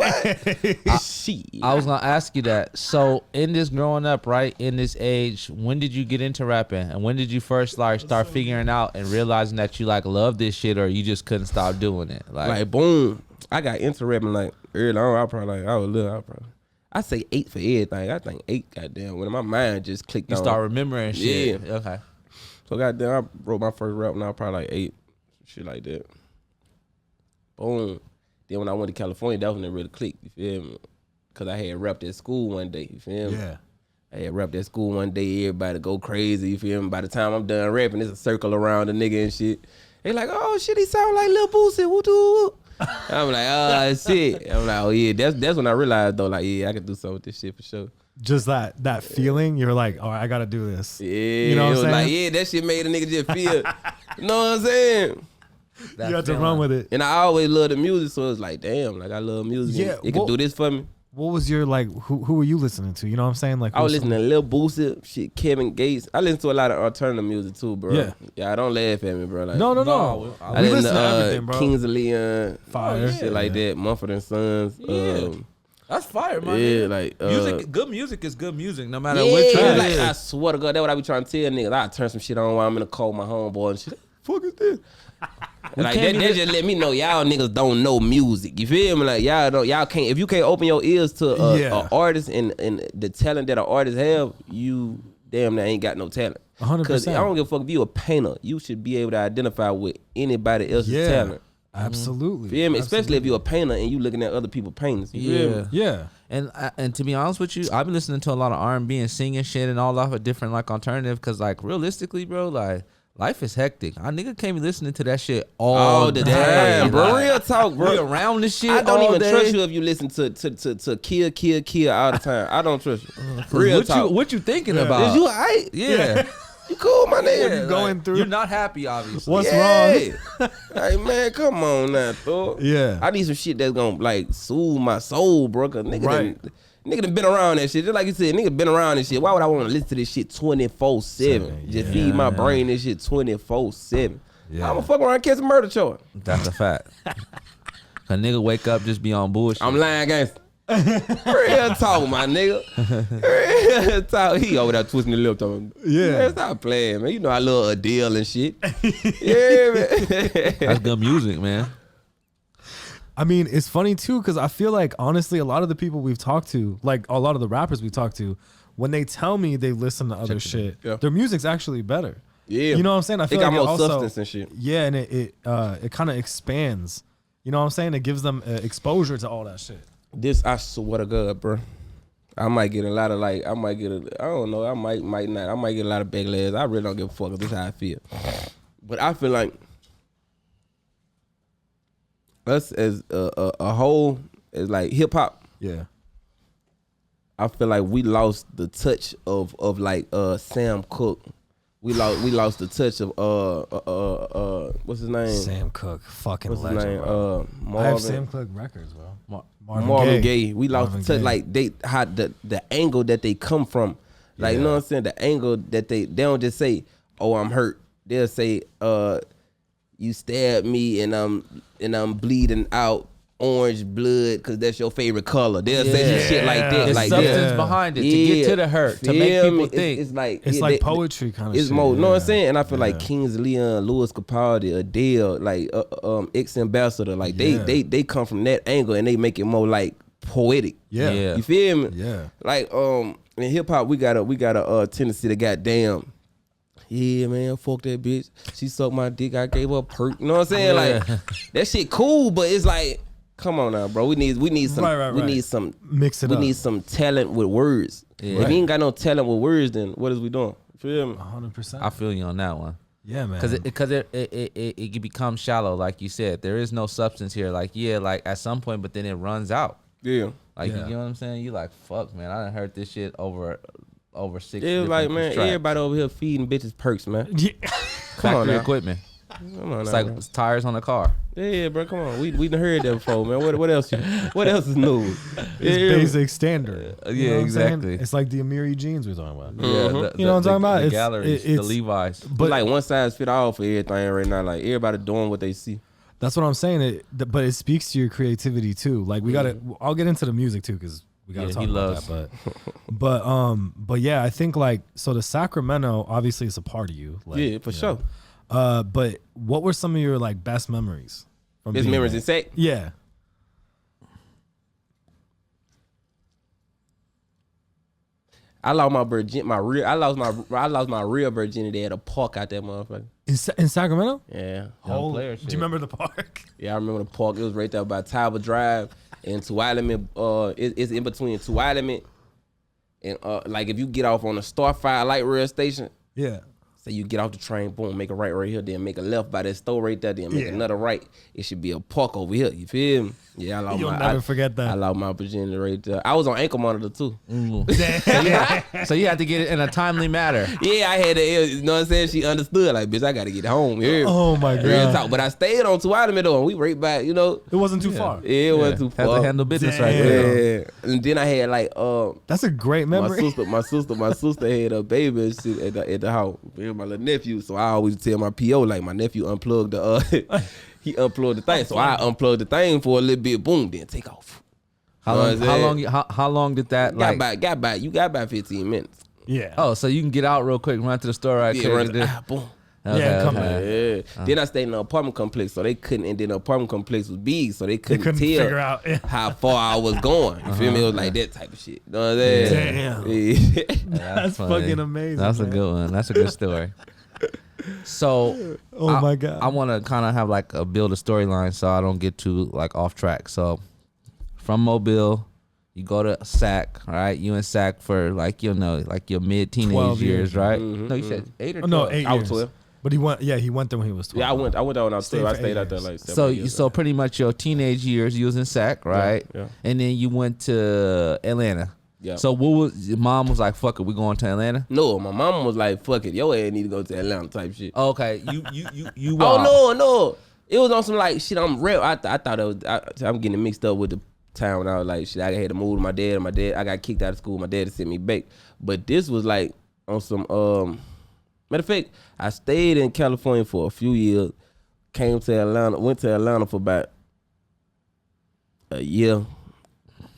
[SPEAKER 4] What? shit.
[SPEAKER 5] I was gonna ask you that. So in this growing up, right, in this age, when did you get into rapping, and when did you first like start figuring out and realizing that you like love this shit, or you just couldn't stop doing it? Like,
[SPEAKER 4] like, boom. I got into rapping like early on. I probably, like, I was little. I probably, I say eight for everything. I think eight, goddamn. When my mind just clicked
[SPEAKER 5] you
[SPEAKER 4] on.
[SPEAKER 5] start remembering shit.
[SPEAKER 4] Yeah.
[SPEAKER 5] Okay.
[SPEAKER 4] So goddamn, I wrote my first rap when I was probably like eight, shit like that. Boom. Then when I went to California, that was when it really clicked. You feel me? Cause I had rapped at school one day. You feel me?
[SPEAKER 3] yeah.
[SPEAKER 4] I had rapped at school one day. Everybody go crazy. You feel me? By the time I'm done rapping, it's a circle around the nigga and shit. They like, oh shit, he sound like Lil Boosie. Woo doo. I'm like, oh shit. I'm like, oh yeah. That's that's when I realized though, like, yeah, I can do something with this shit for sure.
[SPEAKER 3] Just that that feeling you're like, "All right, I got to do this."
[SPEAKER 4] Yeah.
[SPEAKER 3] You know what I'm
[SPEAKER 4] it was
[SPEAKER 3] saying?
[SPEAKER 4] like, yeah, that shit made a nigga just feel. you know what I'm saying?
[SPEAKER 5] That
[SPEAKER 3] you have to
[SPEAKER 5] feeling.
[SPEAKER 3] run with it.
[SPEAKER 4] And I always loved the music, so it's like, damn, like I love music.
[SPEAKER 3] Yeah,
[SPEAKER 4] it can
[SPEAKER 3] well-
[SPEAKER 4] do this for me.
[SPEAKER 3] What was your like who who were you listening to? You know what I'm saying? Like
[SPEAKER 4] I was
[SPEAKER 3] who's-
[SPEAKER 4] listening to Lil Boosie, shit, Kevin Gates. I listen to a lot of alternative music too, bro.
[SPEAKER 3] Yeah.
[SPEAKER 4] yeah. Don't laugh at me, bro. Like,
[SPEAKER 3] No, no,
[SPEAKER 5] No,
[SPEAKER 3] no.
[SPEAKER 4] I
[SPEAKER 3] we
[SPEAKER 4] listen
[SPEAKER 3] listen
[SPEAKER 4] to
[SPEAKER 3] to
[SPEAKER 4] uh,
[SPEAKER 3] everything, bro.
[SPEAKER 4] Kings of Leon,
[SPEAKER 3] Fire.
[SPEAKER 4] shit like that, Mumford and Sons.
[SPEAKER 5] Yeah.
[SPEAKER 4] Um,
[SPEAKER 5] That's fire,
[SPEAKER 4] yeah,
[SPEAKER 5] man.
[SPEAKER 4] like uh,
[SPEAKER 5] music, good music is good music, no matter
[SPEAKER 4] Yeah,
[SPEAKER 5] what track.
[SPEAKER 4] like, I swear to God, that's what I be trying to tell niggas. I turn some shit on while I'm in the cold, my homeboy and shit. Fuck is this? like
[SPEAKER 5] can't
[SPEAKER 4] that, that
[SPEAKER 5] be li-
[SPEAKER 4] just let me know y'all niggas don't know music. You feel me? Like y'all don't, y'all can't. If you can't open your ears to a,
[SPEAKER 3] Yeah.
[SPEAKER 4] a artist and and the talent that an artist have, you damn near ain't got no talent.
[SPEAKER 3] 100%.
[SPEAKER 4] I don't give a fuck if you a painter. You should be able to identify with anybody else's
[SPEAKER 3] yeah.
[SPEAKER 4] talent. Mm-hmm.
[SPEAKER 3] Absolutely.
[SPEAKER 4] Feel me? Especially if you're a painter and you looking at other people's paintings. You feel me?
[SPEAKER 5] Yeah.
[SPEAKER 3] Yeah.
[SPEAKER 5] And I- and to be honest with you, I've been listening to a lot of R and B and singing shit and all off of different like alternative because like realistically, bro, like life is hectic. I nigga can't be listening to that shit all,
[SPEAKER 4] all Oh, the
[SPEAKER 5] day,
[SPEAKER 4] time, bro.
[SPEAKER 5] Like,
[SPEAKER 4] Real talk, bro.
[SPEAKER 5] we around this shit.
[SPEAKER 4] I don't
[SPEAKER 5] all
[SPEAKER 4] even
[SPEAKER 5] day.
[SPEAKER 4] trust you if you listen to to to, to kill kill kill all the time. I don't trust you. Real
[SPEAKER 5] What
[SPEAKER 4] talk.
[SPEAKER 5] you what you thinking
[SPEAKER 4] Is
[SPEAKER 5] about?
[SPEAKER 4] you alright?
[SPEAKER 5] yeah,
[SPEAKER 4] You cool, my nigga?
[SPEAKER 5] like,
[SPEAKER 3] going through-
[SPEAKER 5] You're not happy, obviously.
[SPEAKER 3] What's wrong?
[SPEAKER 4] yeah. hey man, come on now, Thor.
[SPEAKER 3] Yeah.
[SPEAKER 4] I need some shit that's gonna like soothe my soul, bro. Cause nigga,
[SPEAKER 3] Right.
[SPEAKER 4] done, nigga done been around that shit. Just like you said, nigga been around this shit. Why would I want to listen to this shit twenty four seven? Just feed my brain this shit twenty four seven. I'ma fuck around and catch a murder choice.
[SPEAKER 5] That's a fact. A nigga wake up just be on bullshit.
[SPEAKER 4] I'm lying, guys. Real talk, my nigga. Real talk. He over there twisting the lip. Talking,
[SPEAKER 3] Yeah.
[SPEAKER 4] Man, stop playing, man. You know I love Adele and shit. yeah, man.
[SPEAKER 5] That's good music, man.
[SPEAKER 3] I mean, it's funny too because I feel like honestly, a lot of the people we've talked to, like a lot of the rappers we talked to, when they tell me they listen to other shit,
[SPEAKER 4] Yeah.
[SPEAKER 3] their music's actually better.
[SPEAKER 4] Yeah.
[SPEAKER 3] you know what I'm saying. I feel
[SPEAKER 4] got
[SPEAKER 3] like
[SPEAKER 4] more
[SPEAKER 3] also,
[SPEAKER 4] substance and shit.
[SPEAKER 3] Yeah, and it it, uh, it kind of expands. You know what I'm saying? It gives them uh, exposure to all that shit.
[SPEAKER 4] This, I swear to God, bro. I might get a lot of like, I might get a, I don't know, I might, might not, I might get a lot of backlash. I really don't give a fuck. This is how I feel. But I feel like us as a, a, a whole, as like hip hop,
[SPEAKER 3] Yeah,
[SPEAKER 4] I feel like we lost the touch of of like uh Sam Cook. We lost we lost the touch of uh uh uh, uh what's his name?
[SPEAKER 3] Sam Cook, fucking
[SPEAKER 4] what's his
[SPEAKER 3] legend.
[SPEAKER 4] name?
[SPEAKER 3] bro.
[SPEAKER 4] Uh,
[SPEAKER 3] I
[SPEAKER 4] Marvin.
[SPEAKER 3] have Sam Cook records, bro.
[SPEAKER 5] Mar-
[SPEAKER 4] Marvin Gaye. We lost
[SPEAKER 3] Marvin
[SPEAKER 4] the touch
[SPEAKER 3] Gaye.
[SPEAKER 4] like they how the the angle that they come from. Like you know what I'm saying? The angle that they they don't just say, "Oh, I'm hurt." They'll say, "Uh, you stabbed me and I'm and I'm bleeding out orange blood because that's your favorite color." They'll say
[SPEAKER 5] Yeah.
[SPEAKER 4] shit like that.
[SPEAKER 5] There's
[SPEAKER 4] like
[SPEAKER 5] substance
[SPEAKER 4] yeah.
[SPEAKER 5] behind it to get
[SPEAKER 4] Yeah.
[SPEAKER 5] to the hurt to make
[SPEAKER 4] Feel me?
[SPEAKER 5] people
[SPEAKER 4] It's-
[SPEAKER 5] think.
[SPEAKER 4] It's, like
[SPEAKER 3] It's
[SPEAKER 4] yeah,
[SPEAKER 3] like
[SPEAKER 4] they-
[SPEAKER 3] poetry kind of
[SPEAKER 4] It's
[SPEAKER 3] shit.
[SPEAKER 4] more, know what I'm
[SPEAKER 3] yeah.
[SPEAKER 4] saying? And I feel like Kings Leon, Louis Capaldi, Adele, like uh, um, ex ambassador, like they
[SPEAKER 3] Yeah.
[SPEAKER 4] they they come from that angle and they make it more like poetic.
[SPEAKER 3] Yeah.
[SPEAKER 5] Yeah.
[SPEAKER 4] You feel me?
[SPEAKER 3] Yeah.
[SPEAKER 4] Like um in hip hop we got a we got a uh, tendency to goddamn yeah, man, fuck that bitch. She sucked my dick. I gave her a perk. You know what I'm saying?
[SPEAKER 5] Yeah.
[SPEAKER 4] Like that shit cool, but it's like, come on now, bro. We need we need some
[SPEAKER 3] Right, right,
[SPEAKER 4] we
[SPEAKER 3] right.
[SPEAKER 4] need some
[SPEAKER 3] Mix it
[SPEAKER 4] we
[SPEAKER 3] up.
[SPEAKER 4] need some talent with words. If
[SPEAKER 5] Right.
[SPEAKER 4] you ain't got no talent with words, then what is we doing? Feel me?
[SPEAKER 3] 100%.
[SPEAKER 5] I feel you on that one.
[SPEAKER 3] yeah, man.
[SPEAKER 5] Cause it, cause it, it, it, it, it becomes shallow, like you said. There is no substance here. Like yeah, like at some point, but then it runs out.
[SPEAKER 4] Yeah.
[SPEAKER 5] Like
[SPEAKER 3] Yeah.
[SPEAKER 5] you know what I'm saying? You like fuck, man. I done heard this shit over, over six.
[SPEAKER 4] It was
[SPEAKER 5] different
[SPEAKER 4] like, man,
[SPEAKER 5] tracks.
[SPEAKER 4] everybody over here feeding bitches perks, man.
[SPEAKER 3] yeah.
[SPEAKER 4] Come on now.
[SPEAKER 5] factory
[SPEAKER 4] Mm-hmm.
[SPEAKER 5] equipment.
[SPEAKER 4] Come on now.
[SPEAKER 5] It's like
[SPEAKER 4] bro.
[SPEAKER 5] it's tires on a car.
[SPEAKER 4] yeah, yeah, bro, come on. We we done heard that before, man. What what else? You, what else is new? Yeah,
[SPEAKER 3] It's
[SPEAKER 4] yeah.
[SPEAKER 3] basic standard.
[SPEAKER 5] Uh,
[SPEAKER 3] You
[SPEAKER 5] yeah,
[SPEAKER 3] know what I'm saying?
[SPEAKER 5] exactly.
[SPEAKER 3] It's like the Amiri jeans we're talking about.
[SPEAKER 5] Yeah,
[SPEAKER 3] You know what I'm talking about?
[SPEAKER 5] The
[SPEAKER 3] It's-
[SPEAKER 5] galleries,
[SPEAKER 3] it-
[SPEAKER 5] the
[SPEAKER 3] it's-
[SPEAKER 5] Levi's.
[SPEAKER 4] But
[SPEAKER 3] But
[SPEAKER 4] like one size fit all for everything right now. Like everybody doing what they see.
[SPEAKER 3] That's what I'm saying. It, th- but it speaks to your creativity too. Like we gotta. I'll get into the music too because we gotta
[SPEAKER 5] Yeah,
[SPEAKER 3] talk
[SPEAKER 5] he
[SPEAKER 3] about
[SPEAKER 5] loves-
[SPEAKER 3] that. But, but um, but yeah, I think like so. The Sacramento, obviously, it's a part of you. Like,
[SPEAKER 4] Yeah, for sure.
[SPEAKER 3] Uh, but what were some of your like best memories from
[SPEAKER 4] This
[SPEAKER 3] being
[SPEAKER 4] memories
[SPEAKER 3] there?
[SPEAKER 4] in sack.
[SPEAKER 3] Yeah.
[SPEAKER 4] I lost my virgin, my real. I lost my I lost my real virginity at a park out that motherfucker.
[SPEAKER 3] In, Sa- in Sacramento?
[SPEAKER 4] Yeah,
[SPEAKER 3] Holy-
[SPEAKER 5] player
[SPEAKER 3] do
[SPEAKER 5] shit.
[SPEAKER 3] you remember the park?
[SPEAKER 4] yeah. I remember the park. It was right there by Talbot Drive and Tualamin. Uh, it, it's in between Tualamin and uh, like if you get off on the Starfire Light Rail Station,
[SPEAKER 3] Yeah.
[SPEAKER 4] Say you get off the train, boom, make a right right here, then make a left by that store right there, then make
[SPEAKER 3] Yeah.
[SPEAKER 4] another right. It should be a park over here. You feel me? Yeah, I lost
[SPEAKER 3] You'll
[SPEAKER 4] my.
[SPEAKER 3] never
[SPEAKER 4] I,
[SPEAKER 3] forget that.
[SPEAKER 4] I lost my virginity right there. I was on ankle monitor too.
[SPEAKER 5] so you had to get it in a timely manner.
[SPEAKER 4] Yeah, I had to. You know what I'm saying? She understood. Like, bitch, I gotta get home. Yeah.
[SPEAKER 3] Oh my
[SPEAKER 4] Real
[SPEAKER 3] god.
[SPEAKER 4] talk. But I stayed on two out of middle, and we right back. You know,
[SPEAKER 3] It wasn't too far.
[SPEAKER 4] yeah, it wasn't too
[SPEAKER 5] Had
[SPEAKER 4] far.
[SPEAKER 5] to handle business right
[SPEAKER 3] Damn.
[SPEAKER 5] there.
[SPEAKER 4] yeah. And then I had like um.
[SPEAKER 3] That's a great
[SPEAKER 4] my
[SPEAKER 3] memory.
[SPEAKER 4] sister, my sister, my sister had a baby and shit at the, at the house. Me and my little nephew. So I always tell my PO like my nephew unplugged the uh, he unplugged the thing. So I unplugged the thing for a little bit. Boom, then take off.
[SPEAKER 5] How
[SPEAKER 4] Know what
[SPEAKER 5] long?
[SPEAKER 4] I'm
[SPEAKER 5] How
[SPEAKER 4] saying?
[SPEAKER 5] long? How, how long did that
[SPEAKER 4] Got
[SPEAKER 5] like?
[SPEAKER 4] by, got by. You got by fifteen minutes.
[SPEAKER 3] Yeah.
[SPEAKER 5] Oh, so you can get out real quick, run to the Uh-huh. store, right?
[SPEAKER 4] Yeah,
[SPEAKER 5] quick,
[SPEAKER 4] run
[SPEAKER 5] then-
[SPEAKER 4] the, ah, boom.
[SPEAKER 5] Okay,
[SPEAKER 3] Yeah, come
[SPEAKER 5] okay.
[SPEAKER 3] on.
[SPEAKER 4] Yeah. Then I stayed in an apartment complex, so they couldn't. And then the apartment complex was big, so they couldn't,
[SPEAKER 3] couldn't
[SPEAKER 4] tell
[SPEAKER 3] figure out, yeah.
[SPEAKER 4] how far I was going. You feel me? It was like
[SPEAKER 5] Uh-huh.
[SPEAKER 4] that type of shit. Know what I'm saying?
[SPEAKER 3] Damn.
[SPEAKER 4] Yeah.
[SPEAKER 3] That's
[SPEAKER 5] funny.
[SPEAKER 3] fucking amazing,
[SPEAKER 5] That's
[SPEAKER 3] man.
[SPEAKER 5] a good one. That's a good story. So,
[SPEAKER 3] Oh
[SPEAKER 5] I-
[SPEAKER 3] my God.
[SPEAKER 5] I want to kind of have like a build a storyline so I don't get too like off track. So, from Mobile, you go to Sac, all right? You in Sac for like you know like your mid teenage
[SPEAKER 3] 12 years.
[SPEAKER 5] years, right?
[SPEAKER 4] Mm-hmm,
[SPEAKER 5] No, you said eight or
[SPEAKER 3] Oh, no,
[SPEAKER 5] 12.
[SPEAKER 3] eight
[SPEAKER 4] I was
[SPEAKER 3] years.
[SPEAKER 4] 12.
[SPEAKER 3] But he went. Yeah, he went there when he was twelve.
[SPEAKER 4] Yeah, I went. I went out when I was
[SPEAKER 3] Stayed
[SPEAKER 4] twelve. I
[SPEAKER 3] for
[SPEAKER 4] stayed
[SPEAKER 3] eight
[SPEAKER 4] out there
[SPEAKER 3] years.
[SPEAKER 4] like seven
[SPEAKER 5] So you
[SPEAKER 4] years.
[SPEAKER 5] so pretty much your teenage years you was in SAC, right?
[SPEAKER 4] yeah.
[SPEAKER 5] And then you went to Atlanta.
[SPEAKER 4] Yeah.
[SPEAKER 5] So what was your mom was like, fuck it, we going to Atlanta?
[SPEAKER 4] No, my mama was like, "Fuck it, your ass need to go to Atlanta." Type shit. Oh,
[SPEAKER 5] Okay. You you you you
[SPEAKER 4] no, no, it was on some like shit. I'm real. I, th- I thought it was. I, I'm getting mixed up with the time when I was like, shit. I had to move to my dad. And my dad, I got kicked out of school. My dad sent me back. But this was like on some. um Matter of fact, I stayed in California for a few years. Came to Atlanta. Went to Atlanta for about a year.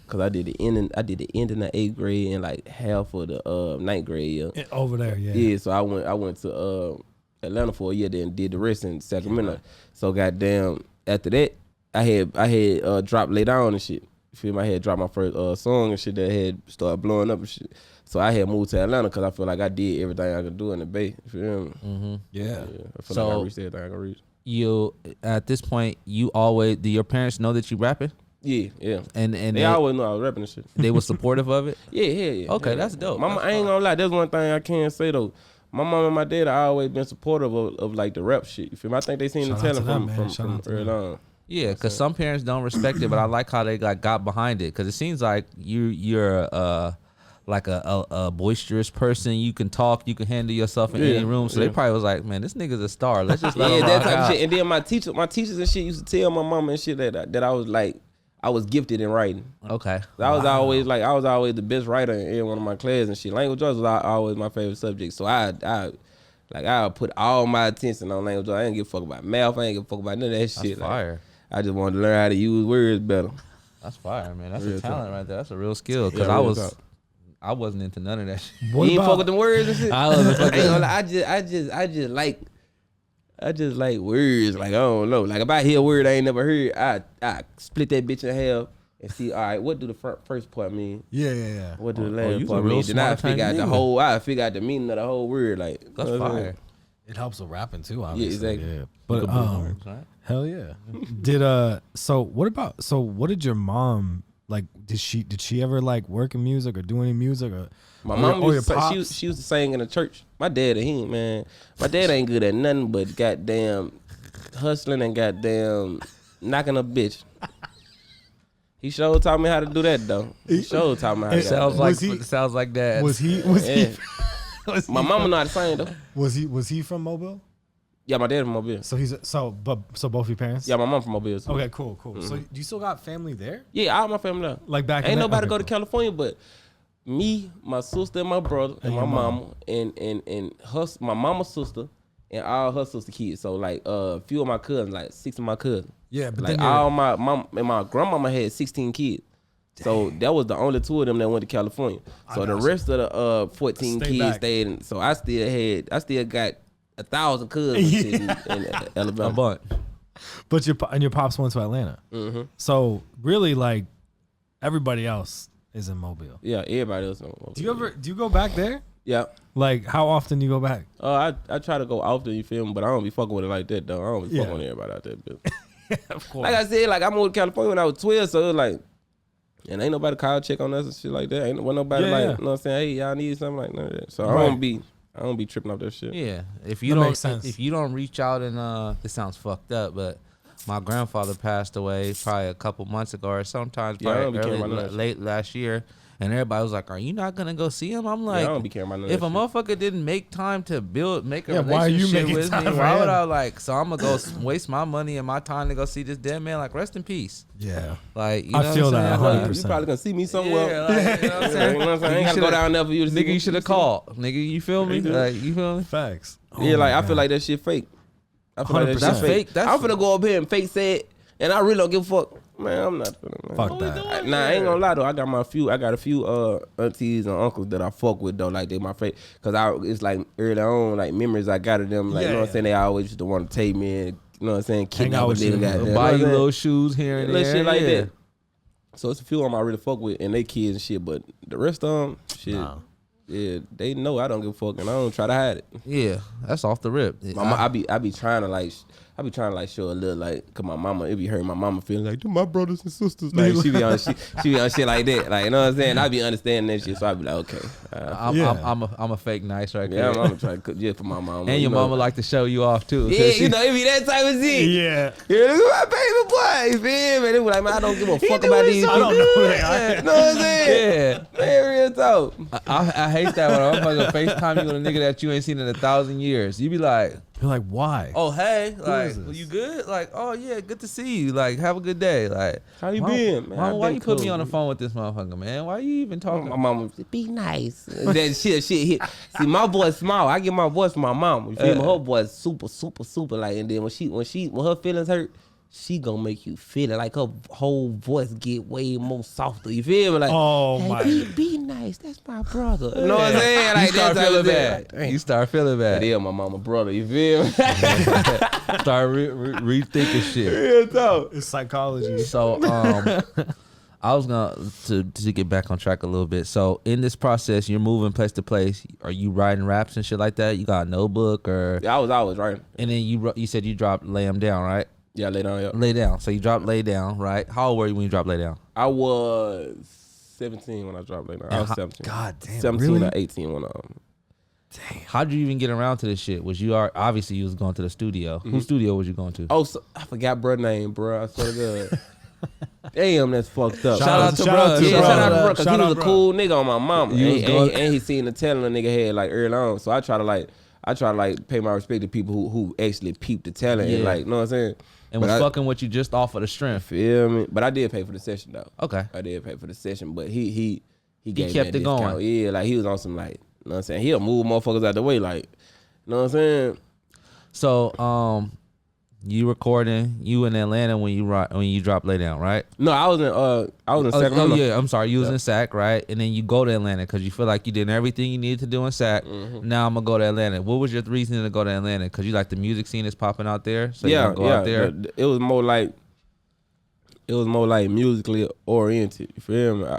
[SPEAKER 4] Cause I did the end, in, I did the end in the eighth grade and like half of the uh, ninth grade year.
[SPEAKER 3] Eh, over there. Yeah.
[SPEAKER 4] Yeah, so I went I went to uh, Atlanta for a year, then did the rest in Sacramento. So goddamn, after that, I had I had uh, dropped laid down and shit. You feel me? I had dropped my first uh, song and shit that had started blowing up and shit. So I had moved to Atlanta because I feel like I did everything I could do in the Bay. You feel me?
[SPEAKER 3] Yeah.
[SPEAKER 4] Yeah, I feel like
[SPEAKER 5] Mm. So-
[SPEAKER 4] I reached everything I could reach.
[SPEAKER 5] You at this point you always do your parents know that you rapping?
[SPEAKER 4] Yeah, yeah.
[SPEAKER 5] And and
[SPEAKER 4] They
[SPEAKER 5] they,
[SPEAKER 4] always knew I was rapping and shit.
[SPEAKER 5] they were supportive of it?
[SPEAKER 4] Yeah, yeah, yeah.
[SPEAKER 5] Okay,
[SPEAKER 4] yeah.
[SPEAKER 5] that's dope.
[SPEAKER 4] Mama,
[SPEAKER 5] That's
[SPEAKER 4] I ain't gonna lie. That's one thing I can say though. My mom and my dad have always been supportive of, of like the rap shit. You feel me? I think they seen
[SPEAKER 3] Shout
[SPEAKER 4] the
[SPEAKER 3] out
[SPEAKER 4] talent
[SPEAKER 3] to them,
[SPEAKER 4] from
[SPEAKER 3] man.
[SPEAKER 4] from,
[SPEAKER 3] Shout
[SPEAKER 4] from
[SPEAKER 3] out to
[SPEAKER 4] early
[SPEAKER 3] them.
[SPEAKER 4] on.
[SPEAKER 5] Yeah, because some parents don't respect it, but I like how they like got behind it because it seems like you you're uh like a, a, a boisterous person. You can talk, you can handle yourself in any
[SPEAKER 4] Yeah,
[SPEAKER 5] room. So they
[SPEAKER 4] yeah.
[SPEAKER 5] probably was like, man, this nigga's a star. Let's just let
[SPEAKER 4] Yeah,
[SPEAKER 5] him
[SPEAKER 4] that
[SPEAKER 5] rock
[SPEAKER 4] type of
[SPEAKER 5] out.
[SPEAKER 4] shit. And then my teacher, my teachers and shit used to tell my mama and shit that I, that I was like, I was gifted in writing.
[SPEAKER 5] Okay,
[SPEAKER 4] I was always like, I was always the best writer in every one of my classes and shit. Language arts was al- always my favorite subject. So I, I, like, I put all my attention on language arts. I didn't give a fuck about math. I didn't give a fuck about none of that shit. Like,
[SPEAKER 5] fire.
[SPEAKER 4] I just wanted to learn how to use words better.
[SPEAKER 5] that's fire, man. That's
[SPEAKER 4] Real
[SPEAKER 5] a
[SPEAKER 4] talk.
[SPEAKER 5] talent right there. That's a real skill. Cause
[SPEAKER 4] Yeah,
[SPEAKER 5] I
[SPEAKER 4] real
[SPEAKER 5] was,
[SPEAKER 4] talk.
[SPEAKER 5] I wasn't into none of that shit.
[SPEAKER 3] What
[SPEAKER 4] you ain't fuck with
[SPEAKER 3] about
[SPEAKER 4] them words and shit.
[SPEAKER 5] I was a
[SPEAKER 4] I, ain't
[SPEAKER 5] fucking-
[SPEAKER 4] gonna lie, I just, I just, I just like, I just like words. Like I don't know. Like if I hear a word I ain't never heard, I, I split that bitch in half and see. All right, what do the fir- first part mean?
[SPEAKER 3] yeah, yeah, yeah.
[SPEAKER 4] What do the
[SPEAKER 5] oh,
[SPEAKER 4] last
[SPEAKER 5] you's a
[SPEAKER 4] part
[SPEAKER 5] real
[SPEAKER 4] mean? Then I
[SPEAKER 5] smart
[SPEAKER 4] figure out
[SPEAKER 5] type
[SPEAKER 4] the
[SPEAKER 5] nigga.
[SPEAKER 4] whole. I figure out the meaning of the whole word. Like
[SPEAKER 5] That's
[SPEAKER 4] you know what I'm
[SPEAKER 5] fire.
[SPEAKER 4] saying?
[SPEAKER 3] It helps with rapping too, obviously.
[SPEAKER 4] exactly.
[SPEAKER 3] Yeah. But um,
[SPEAKER 5] right?
[SPEAKER 3] hell yeah. did uh so what about so what did your mom like did she did she ever like work in music or do any music or
[SPEAKER 4] My
[SPEAKER 3] or your-
[SPEAKER 4] mom
[SPEAKER 3] or
[SPEAKER 4] used
[SPEAKER 3] your
[SPEAKER 4] to, she,
[SPEAKER 3] pops?
[SPEAKER 4] used- she used to sing in the church. My dad, he ain't, man. My dad ain't good at nothing but goddamn hustling and goddamn knocking a bitch. He sure taught me how to do that though. He sure taught me how to.
[SPEAKER 3] It
[SPEAKER 4] do
[SPEAKER 5] Sounds
[SPEAKER 4] that.
[SPEAKER 5] like
[SPEAKER 3] Was he-
[SPEAKER 5] sounds like that.
[SPEAKER 3] was he was
[SPEAKER 4] Yeah.
[SPEAKER 3] he was he,
[SPEAKER 4] My mama know how to sing though.
[SPEAKER 3] was he was he from Mobile?
[SPEAKER 4] Yeah, my dad from Mobile.
[SPEAKER 3] So he's so but so both your parents?
[SPEAKER 4] Yeah, my mom from Mobile. Too.
[SPEAKER 3] Okay, cool, cool. So do you still got family there?
[SPEAKER 4] Yeah, all my family now.
[SPEAKER 3] Like back in
[SPEAKER 4] Ain't
[SPEAKER 3] the-
[SPEAKER 4] nobody
[SPEAKER 3] okay,
[SPEAKER 4] go to
[SPEAKER 3] cool.
[SPEAKER 4] California but me, my sister, and my brother, and, my
[SPEAKER 3] your
[SPEAKER 4] mama,
[SPEAKER 3] mama.
[SPEAKER 4] and and and her, my mama's sister, and all her sister kids. So like uh, a few of my cousins, like six of my cousins.
[SPEAKER 3] Yeah, but
[SPEAKER 4] like
[SPEAKER 3] then you're-
[SPEAKER 4] all my mom and my grandmama had sixteen kids. So that was the only two of them that went to California. So the
[SPEAKER 3] gotcha.
[SPEAKER 4] rest of the uh fourteen
[SPEAKER 3] Stay
[SPEAKER 4] kids
[SPEAKER 3] back.
[SPEAKER 4] stayed. In, so I still had, I still got a thousand cousins in, in Alabama.
[SPEAKER 5] a bunch?
[SPEAKER 3] But your po- and your pops went to Atlanta. Mm-hmm. So really, like everybody else is in Mobile.
[SPEAKER 4] Yeah, everybody else. know.
[SPEAKER 3] Do you ever do you go back there?
[SPEAKER 4] Yeah.
[SPEAKER 3] Like how often do you go back?
[SPEAKER 4] Uh, I, I try to go often, you feel me, but I don't be fucking with it like that though. I don't be
[SPEAKER 3] Yeah.
[SPEAKER 4] fucking with everybody out there, bitch.
[SPEAKER 3] Of course.
[SPEAKER 4] like I said, like I moved to California when I was twelve, so it was like, and ain't nobody call check on us and shit like that. Ain't was nobody
[SPEAKER 3] Yeah,
[SPEAKER 4] like,
[SPEAKER 3] yeah.
[SPEAKER 4] you know what I'm saying? Hey, y'all need something like none of that. So I
[SPEAKER 3] Right.
[SPEAKER 4] don't be, I don't be tripping off that shit.
[SPEAKER 5] Yeah, if you
[SPEAKER 3] That
[SPEAKER 5] don't,
[SPEAKER 3] makes sense.
[SPEAKER 5] if you don't reach out and uh, it sounds fucked up, but my grandfather passed away probably a couple months ago, or sometimes
[SPEAKER 4] Yeah, I
[SPEAKER 5] probably
[SPEAKER 4] don't be
[SPEAKER 5] early,
[SPEAKER 4] caring about
[SPEAKER 5] la-
[SPEAKER 4] that.
[SPEAKER 5] late last year, and everybody was like, "Are you not gonna go see him?" I'm
[SPEAKER 4] I
[SPEAKER 5] like,
[SPEAKER 4] don't be caring about none of
[SPEAKER 5] If
[SPEAKER 4] that
[SPEAKER 5] a
[SPEAKER 4] shit."
[SPEAKER 5] motherfucker didn't make time to build, make a
[SPEAKER 3] Yeah, why are you
[SPEAKER 5] relationship
[SPEAKER 3] making
[SPEAKER 5] with me,
[SPEAKER 3] time for
[SPEAKER 5] why would
[SPEAKER 3] him?
[SPEAKER 5] I like? So I'm gonna go s- waste my money and my time to go see this dead man. Like, rest in peace.
[SPEAKER 3] yeah.
[SPEAKER 5] Like, you
[SPEAKER 3] I
[SPEAKER 5] know what
[SPEAKER 3] feel
[SPEAKER 4] You-
[SPEAKER 3] that
[SPEAKER 5] I'm saying? Like,
[SPEAKER 3] 100%.
[SPEAKER 4] You probably gonna see me
[SPEAKER 5] Yeah,
[SPEAKER 4] somewhere.
[SPEAKER 5] like, you know what I'm
[SPEAKER 4] you
[SPEAKER 5] saying?
[SPEAKER 4] know what I'm saying? I ain't gotta go
[SPEAKER 5] shoulda-
[SPEAKER 4] down there for you to see
[SPEAKER 5] Nigga,
[SPEAKER 4] me.
[SPEAKER 5] you should have called. Nigga, you feel me? Like, you feel me?
[SPEAKER 3] Facts.
[SPEAKER 4] yeah,
[SPEAKER 3] Oh
[SPEAKER 4] like
[SPEAKER 3] my
[SPEAKER 4] I feel
[SPEAKER 3] God.
[SPEAKER 4] like that shit fake. I feel like that
[SPEAKER 3] 100%.
[SPEAKER 4] shit fake.
[SPEAKER 5] That's fake.
[SPEAKER 4] I'm finna go up here and fake say it, and I really don't give a fuck. Man, I'm not finna. Man.
[SPEAKER 3] fuck that.
[SPEAKER 4] I- Nah, I ain't gonna lie though. I got my few. I got a few uh aunties and uncles that I fuck with though. Like they my favorite. Cause I it's like early on like memories I got of them. Like you
[SPEAKER 3] Yeah,
[SPEAKER 4] know what
[SPEAKER 3] yeah.
[SPEAKER 4] I'm saying. They always used to want to take me and you know what I'm saying. Kidnap
[SPEAKER 3] out
[SPEAKER 4] a
[SPEAKER 3] with you.
[SPEAKER 4] nigga. goddamn.
[SPEAKER 5] Buy
[SPEAKER 4] You
[SPEAKER 5] you
[SPEAKER 4] know what I'm saying?
[SPEAKER 5] little shoes here and
[SPEAKER 4] little
[SPEAKER 5] there.
[SPEAKER 4] shit like
[SPEAKER 5] yeah.
[SPEAKER 4] that. So it's a few of them I really fuck with and they kids and shit. But the rest of them shit. Yeah, they know I don't give a fuck and I don't try to hide it.
[SPEAKER 5] Yeah, that's off the rip.
[SPEAKER 4] My mom, I be I be trying to like sh- I be trying to like show a little like cause my mama it be hurting my mama feeling like "Them my brothers and sisters like she be on she, she be on shit like that like you know what I'm saying I be understanding that shit so I be like okay uh,
[SPEAKER 5] I'm,
[SPEAKER 3] Yeah.
[SPEAKER 5] I'm, I'm, a, I'm a fake nice right
[SPEAKER 4] yeah
[SPEAKER 5] there.
[SPEAKER 4] my mama try to cook just for my mama
[SPEAKER 5] and
[SPEAKER 4] you
[SPEAKER 5] your
[SPEAKER 4] know.
[SPEAKER 5] mama like to show you off too.
[SPEAKER 4] yeah
[SPEAKER 5] Says she-
[SPEAKER 4] you know it be that type of shit yeah,
[SPEAKER 3] Yeah.
[SPEAKER 4] this is my baby boy you feel me they be like man I don't give a fuck about these
[SPEAKER 3] I don't know who they are.
[SPEAKER 4] you know what I'm saying
[SPEAKER 5] Yeah,
[SPEAKER 4] man real talk
[SPEAKER 5] I, I, I hate that when I'm fucking FaceTime you with a nigga that you ain't seen in a thousand years. You be like,
[SPEAKER 3] You're like, why?
[SPEAKER 5] "Oh hey, like
[SPEAKER 3] is this?
[SPEAKER 5] you good? Like oh yeah, good to see you. Like have a good day. Like
[SPEAKER 4] How you
[SPEAKER 5] why-
[SPEAKER 4] been, man?
[SPEAKER 5] Why,
[SPEAKER 4] I've
[SPEAKER 5] why
[SPEAKER 4] been
[SPEAKER 5] you put me
[SPEAKER 4] cool.
[SPEAKER 5] on the phone with this motherfucker, man? Why you even talking?
[SPEAKER 4] Oh, my mama was, be nice that shit shit hit see my boy small I get my voice from my mama you feel me her voice super super super like and then when she when she when her feelings hurt she gonna make you feel it like her whole voice get way more softer you feel me like
[SPEAKER 3] Oh,
[SPEAKER 4] hey,
[SPEAKER 3] my-
[SPEAKER 4] be, be nice that's my brother you know what I'm saying
[SPEAKER 5] you
[SPEAKER 4] like that
[SPEAKER 5] start
[SPEAKER 4] type
[SPEAKER 5] feeling
[SPEAKER 4] of thing.
[SPEAKER 5] bad. You start feeling
[SPEAKER 4] That
[SPEAKER 5] bad.
[SPEAKER 4] is my mama brother you feel me
[SPEAKER 5] Start re- re- rethinking shit.
[SPEAKER 4] real talk
[SPEAKER 3] It's psychology.
[SPEAKER 5] So um I was gonna to to get back on track a little bit. So in this process, you're moving place to place. Are you writing raps and shit like that? You got a notebook or
[SPEAKER 4] yeah, I was always right
[SPEAKER 5] and then you wrote- you said you dropped lay 'em down, right?
[SPEAKER 4] yeah later on yeah.
[SPEAKER 5] Lay down. So you dropped lay down, right? How old were you when you dropped lay down?
[SPEAKER 4] I was 17 when I dropped later I was 17
[SPEAKER 3] God damn.
[SPEAKER 4] 17
[SPEAKER 3] really?
[SPEAKER 4] or 18 when um
[SPEAKER 5] How did you even get around to this shit? Was you are
[SPEAKER 4] Mm-hmm.
[SPEAKER 5] obviously you was going to the studio? Whose studio was you going to?
[SPEAKER 4] Oh, so, I forgot bro name, bro. I swear to God. Damn, that's fucked up.
[SPEAKER 5] Shout out to bruh.
[SPEAKER 4] yeah,
[SPEAKER 5] Bruh.
[SPEAKER 4] shout out to bro, 'cause
[SPEAKER 3] Shout
[SPEAKER 4] he was
[SPEAKER 3] out
[SPEAKER 4] a
[SPEAKER 3] bruh.
[SPEAKER 4] cool nigga on my mama.
[SPEAKER 5] You
[SPEAKER 4] and,
[SPEAKER 5] was
[SPEAKER 4] and-
[SPEAKER 5] going-
[SPEAKER 4] and he seen the talent a nigga had like early on. So I try to like I try to like pay my respect to people who who actually peep the talent and
[SPEAKER 5] Yeah.
[SPEAKER 4] like, know what I'm saying?
[SPEAKER 5] and
[SPEAKER 4] But I-
[SPEAKER 5] was fucking with you just off of the strength.
[SPEAKER 4] Feel me? But I did pay for the session though.
[SPEAKER 5] Okay.
[SPEAKER 4] I did pay for the session, but he he he, gave
[SPEAKER 5] kept
[SPEAKER 4] that
[SPEAKER 5] it going.
[SPEAKER 4] discount. Yeah, like he was on some like, know what I'm saying? He'll move motherfuckers out the way, like, know what I'm saying?
[SPEAKER 5] So, um, you recording you in Atlanta when you rock, when you drop lay down, right?
[SPEAKER 4] No, I was in uh I was in
[SPEAKER 5] Oh,
[SPEAKER 4] Sacramento.
[SPEAKER 5] oh, yeah, I'm sorry. You was in SAC, right? And then you go to Atlanta because you feel like you did everything you needed to do in SAC.
[SPEAKER 4] Mm-hmm.
[SPEAKER 5] Now I'm gonna go to Atlanta. What was your reason to go to Atlanta? Because you like the music scene is popping out there, so yeah,
[SPEAKER 4] yeah,
[SPEAKER 5] you go
[SPEAKER 4] yeah.
[SPEAKER 5] out there.
[SPEAKER 4] the- It was more like it was more like musically oriented. You feel me? I,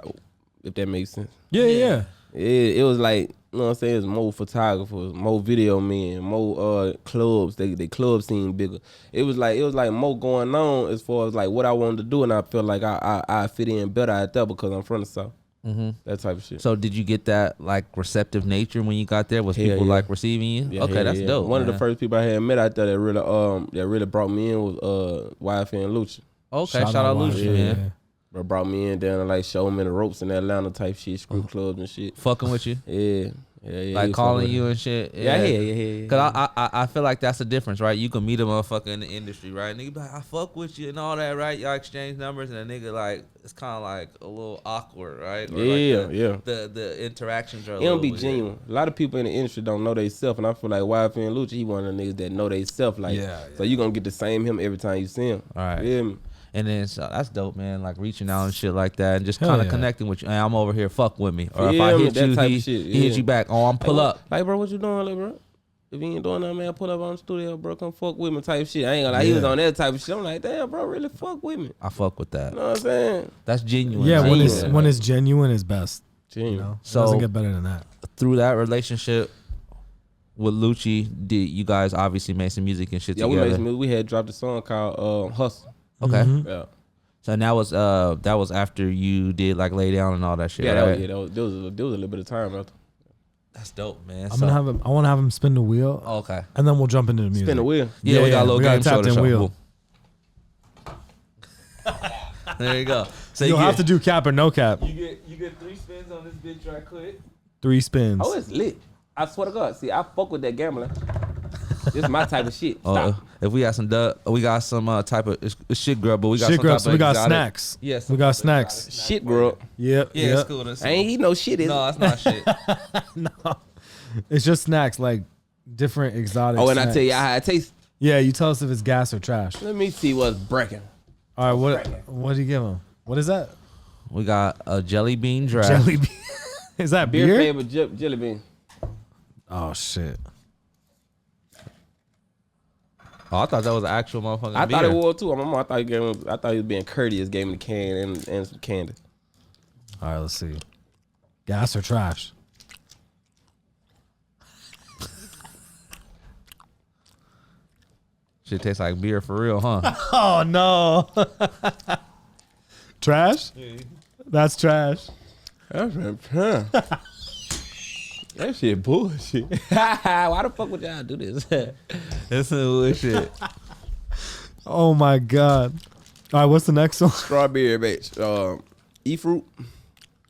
[SPEAKER 4] if that makes sense.
[SPEAKER 3] Yeah, yeah.
[SPEAKER 4] It, it was like you know what I'm saying. It's more photographers, more video men, more uh clubs. They the club scene bigger. It was like it was like more going on as far as like what I wanted to do, and I feel like I I, I fit in better at that because I'm from the south. Mm-hmm. That type of shit.
[SPEAKER 5] So did you get that like receptive nature when you got there? Was
[SPEAKER 4] Hell
[SPEAKER 5] people
[SPEAKER 4] yeah.
[SPEAKER 5] like receiving you?
[SPEAKER 4] Yeah,
[SPEAKER 5] okay,
[SPEAKER 4] hell
[SPEAKER 5] that's
[SPEAKER 4] yeah.
[SPEAKER 5] dope.
[SPEAKER 4] One of
[SPEAKER 5] man.
[SPEAKER 4] the first people I had met out there that really um that really brought me in was uh YFN and Lucha.
[SPEAKER 5] Okay, shout, out
[SPEAKER 3] Wanda.
[SPEAKER 5] Lucian,
[SPEAKER 3] Yeah,
[SPEAKER 5] man.
[SPEAKER 3] yeah.
[SPEAKER 4] Bro brought me in down and like showed me the ropes in Atlanta type shit, screw clubs and shit.
[SPEAKER 5] Fucking with you,
[SPEAKER 4] Yeah, yeah, yeah.
[SPEAKER 5] like
[SPEAKER 4] yeah,
[SPEAKER 5] calling
[SPEAKER 4] so-
[SPEAKER 5] you and shit.
[SPEAKER 4] Yeah, yeah, yeah, yeah. yeah.
[SPEAKER 5] Cause I, I I- I feel like that's the difference, right? You can meet a motherfucker in the industry, right? Nigga, be like I fuck with you and all that, right? Y'all exchange numbers, and a nigga like it's kind of like a little awkward, right? Or like
[SPEAKER 4] Yeah,
[SPEAKER 5] the,
[SPEAKER 4] yeah.
[SPEAKER 5] The the interactions are. a
[SPEAKER 4] It don't
[SPEAKER 5] little
[SPEAKER 4] be
[SPEAKER 5] weird.
[SPEAKER 4] genuine. A lot of people in the industry don't know they self, and I feel like YF and Lucha, he one of the niggas that know they self. Like,
[SPEAKER 3] Yeah,
[SPEAKER 4] so you gonna get the same him every time you see him.
[SPEAKER 5] All right.
[SPEAKER 4] Feel me?
[SPEAKER 5] And then so that's dope, man. Like reaching out and shit like that, and just
[SPEAKER 3] Hell
[SPEAKER 5] kind of
[SPEAKER 3] yeah.
[SPEAKER 5] connecting with you. Hey, I'm over here, fuck with me. Or if
[SPEAKER 4] Yeah,
[SPEAKER 5] I hit
[SPEAKER 4] that
[SPEAKER 5] you,
[SPEAKER 4] type
[SPEAKER 5] he,
[SPEAKER 4] of shit,
[SPEAKER 5] he hit
[SPEAKER 4] yeah.
[SPEAKER 5] you back. Oh, I'm pull
[SPEAKER 4] Like,
[SPEAKER 5] up.
[SPEAKER 4] Like, bro, what you doing, like, bro? If you ain't doing that, man, pull up on the studio, bro. Come fuck with me, type shit. I ain't gonna lie. He was on that type of shit. I'm like, damn, bro, really fuck with me.
[SPEAKER 5] I fuck with that.
[SPEAKER 4] You know what I'm saying?
[SPEAKER 5] That's genuine.
[SPEAKER 3] Yeah, when it's
[SPEAKER 5] genuine.
[SPEAKER 3] when it's genuine is best.
[SPEAKER 4] Genuine.
[SPEAKER 3] You know, so,
[SPEAKER 5] So-
[SPEAKER 3] it doesn't get better than that.
[SPEAKER 5] through that relationship with Lucci, did you guys obviously made some music and shit
[SPEAKER 4] Yeah, we
[SPEAKER 5] together?
[SPEAKER 4] made some music. We had dropped a song called uh, Hustle.
[SPEAKER 5] okay,
[SPEAKER 3] Mm-hmm.
[SPEAKER 4] Yeah.
[SPEAKER 5] so and that was uh that was after you did like lay down and all that shit.
[SPEAKER 4] Yeah, that
[SPEAKER 5] right?
[SPEAKER 4] was, yeah, that was, there was, a- there was a little bit of time after.
[SPEAKER 5] that's dope, man.
[SPEAKER 3] I'm
[SPEAKER 5] So- Oh.
[SPEAKER 3] gonna have him. I want to have him spin the wheel,
[SPEAKER 5] okay.
[SPEAKER 3] and then we'll jump into the music.
[SPEAKER 4] Spin the wheel.
[SPEAKER 5] Yeah, we got a little
[SPEAKER 3] oh, we
[SPEAKER 5] game
[SPEAKER 3] got
[SPEAKER 5] show
[SPEAKER 3] tapped
[SPEAKER 5] to show.
[SPEAKER 3] in wheel.
[SPEAKER 5] Boom. there you go. So
[SPEAKER 3] You'll
[SPEAKER 5] you
[SPEAKER 3] have to
[SPEAKER 5] get,
[SPEAKER 3] do cap or no cap.
[SPEAKER 5] you get you get three spins on this bitch right quick.
[SPEAKER 3] Three spins.
[SPEAKER 4] Oh, it's lit. I swear to God. See, I fuck with that gambling. this is my type of shit. Stop.
[SPEAKER 5] Uh, if we got some duck, we got some uh, type of it's, it's shit grub, but we got
[SPEAKER 3] Shit
[SPEAKER 5] some type
[SPEAKER 3] grubs.
[SPEAKER 5] of
[SPEAKER 3] We got
[SPEAKER 5] exotic-
[SPEAKER 3] snacks.
[SPEAKER 5] Yeah,
[SPEAKER 3] we
[SPEAKER 5] some
[SPEAKER 3] got
[SPEAKER 5] type of exotic
[SPEAKER 3] snacks.
[SPEAKER 4] shit, girl.
[SPEAKER 3] Yep.
[SPEAKER 5] Yeah,
[SPEAKER 3] yep.
[SPEAKER 5] it's cool. That's
[SPEAKER 4] I ain't eat no shit. Is
[SPEAKER 5] No,
[SPEAKER 4] it?
[SPEAKER 5] it's not shit.
[SPEAKER 3] It's just snacks like different exotic.
[SPEAKER 4] Oh, and I
[SPEAKER 3] snacks.
[SPEAKER 4] tell you how it tastes.
[SPEAKER 3] Yeah, you tell us if it's gas or trash.
[SPEAKER 4] Let me see what's breaking.
[SPEAKER 3] All right, what what do you give him? What is that?
[SPEAKER 5] We got a jelly bean draft.
[SPEAKER 3] Jelly bean. is that
[SPEAKER 4] Beer,
[SPEAKER 3] beer?
[SPEAKER 4] flavored j- jelly bean.
[SPEAKER 3] Oh shit.
[SPEAKER 5] Oh, I thought that was an actual motherfucking
[SPEAKER 4] I
[SPEAKER 5] beer.
[SPEAKER 4] thought it was too. My mom, I thought he gave him, I thought he was being courteous, gave him the can and, and some candy.
[SPEAKER 3] All right, let's see. Gas or trash?
[SPEAKER 5] Shit tastes like beer for real, huh?
[SPEAKER 3] Oh no. trash? That's trash.
[SPEAKER 4] that shit bullshit. Why the fuck would y'all do this?
[SPEAKER 5] That's some bullshit.
[SPEAKER 3] Oh my god. All right, what's the next one?
[SPEAKER 4] Strawberry bitch. Um, e fruit.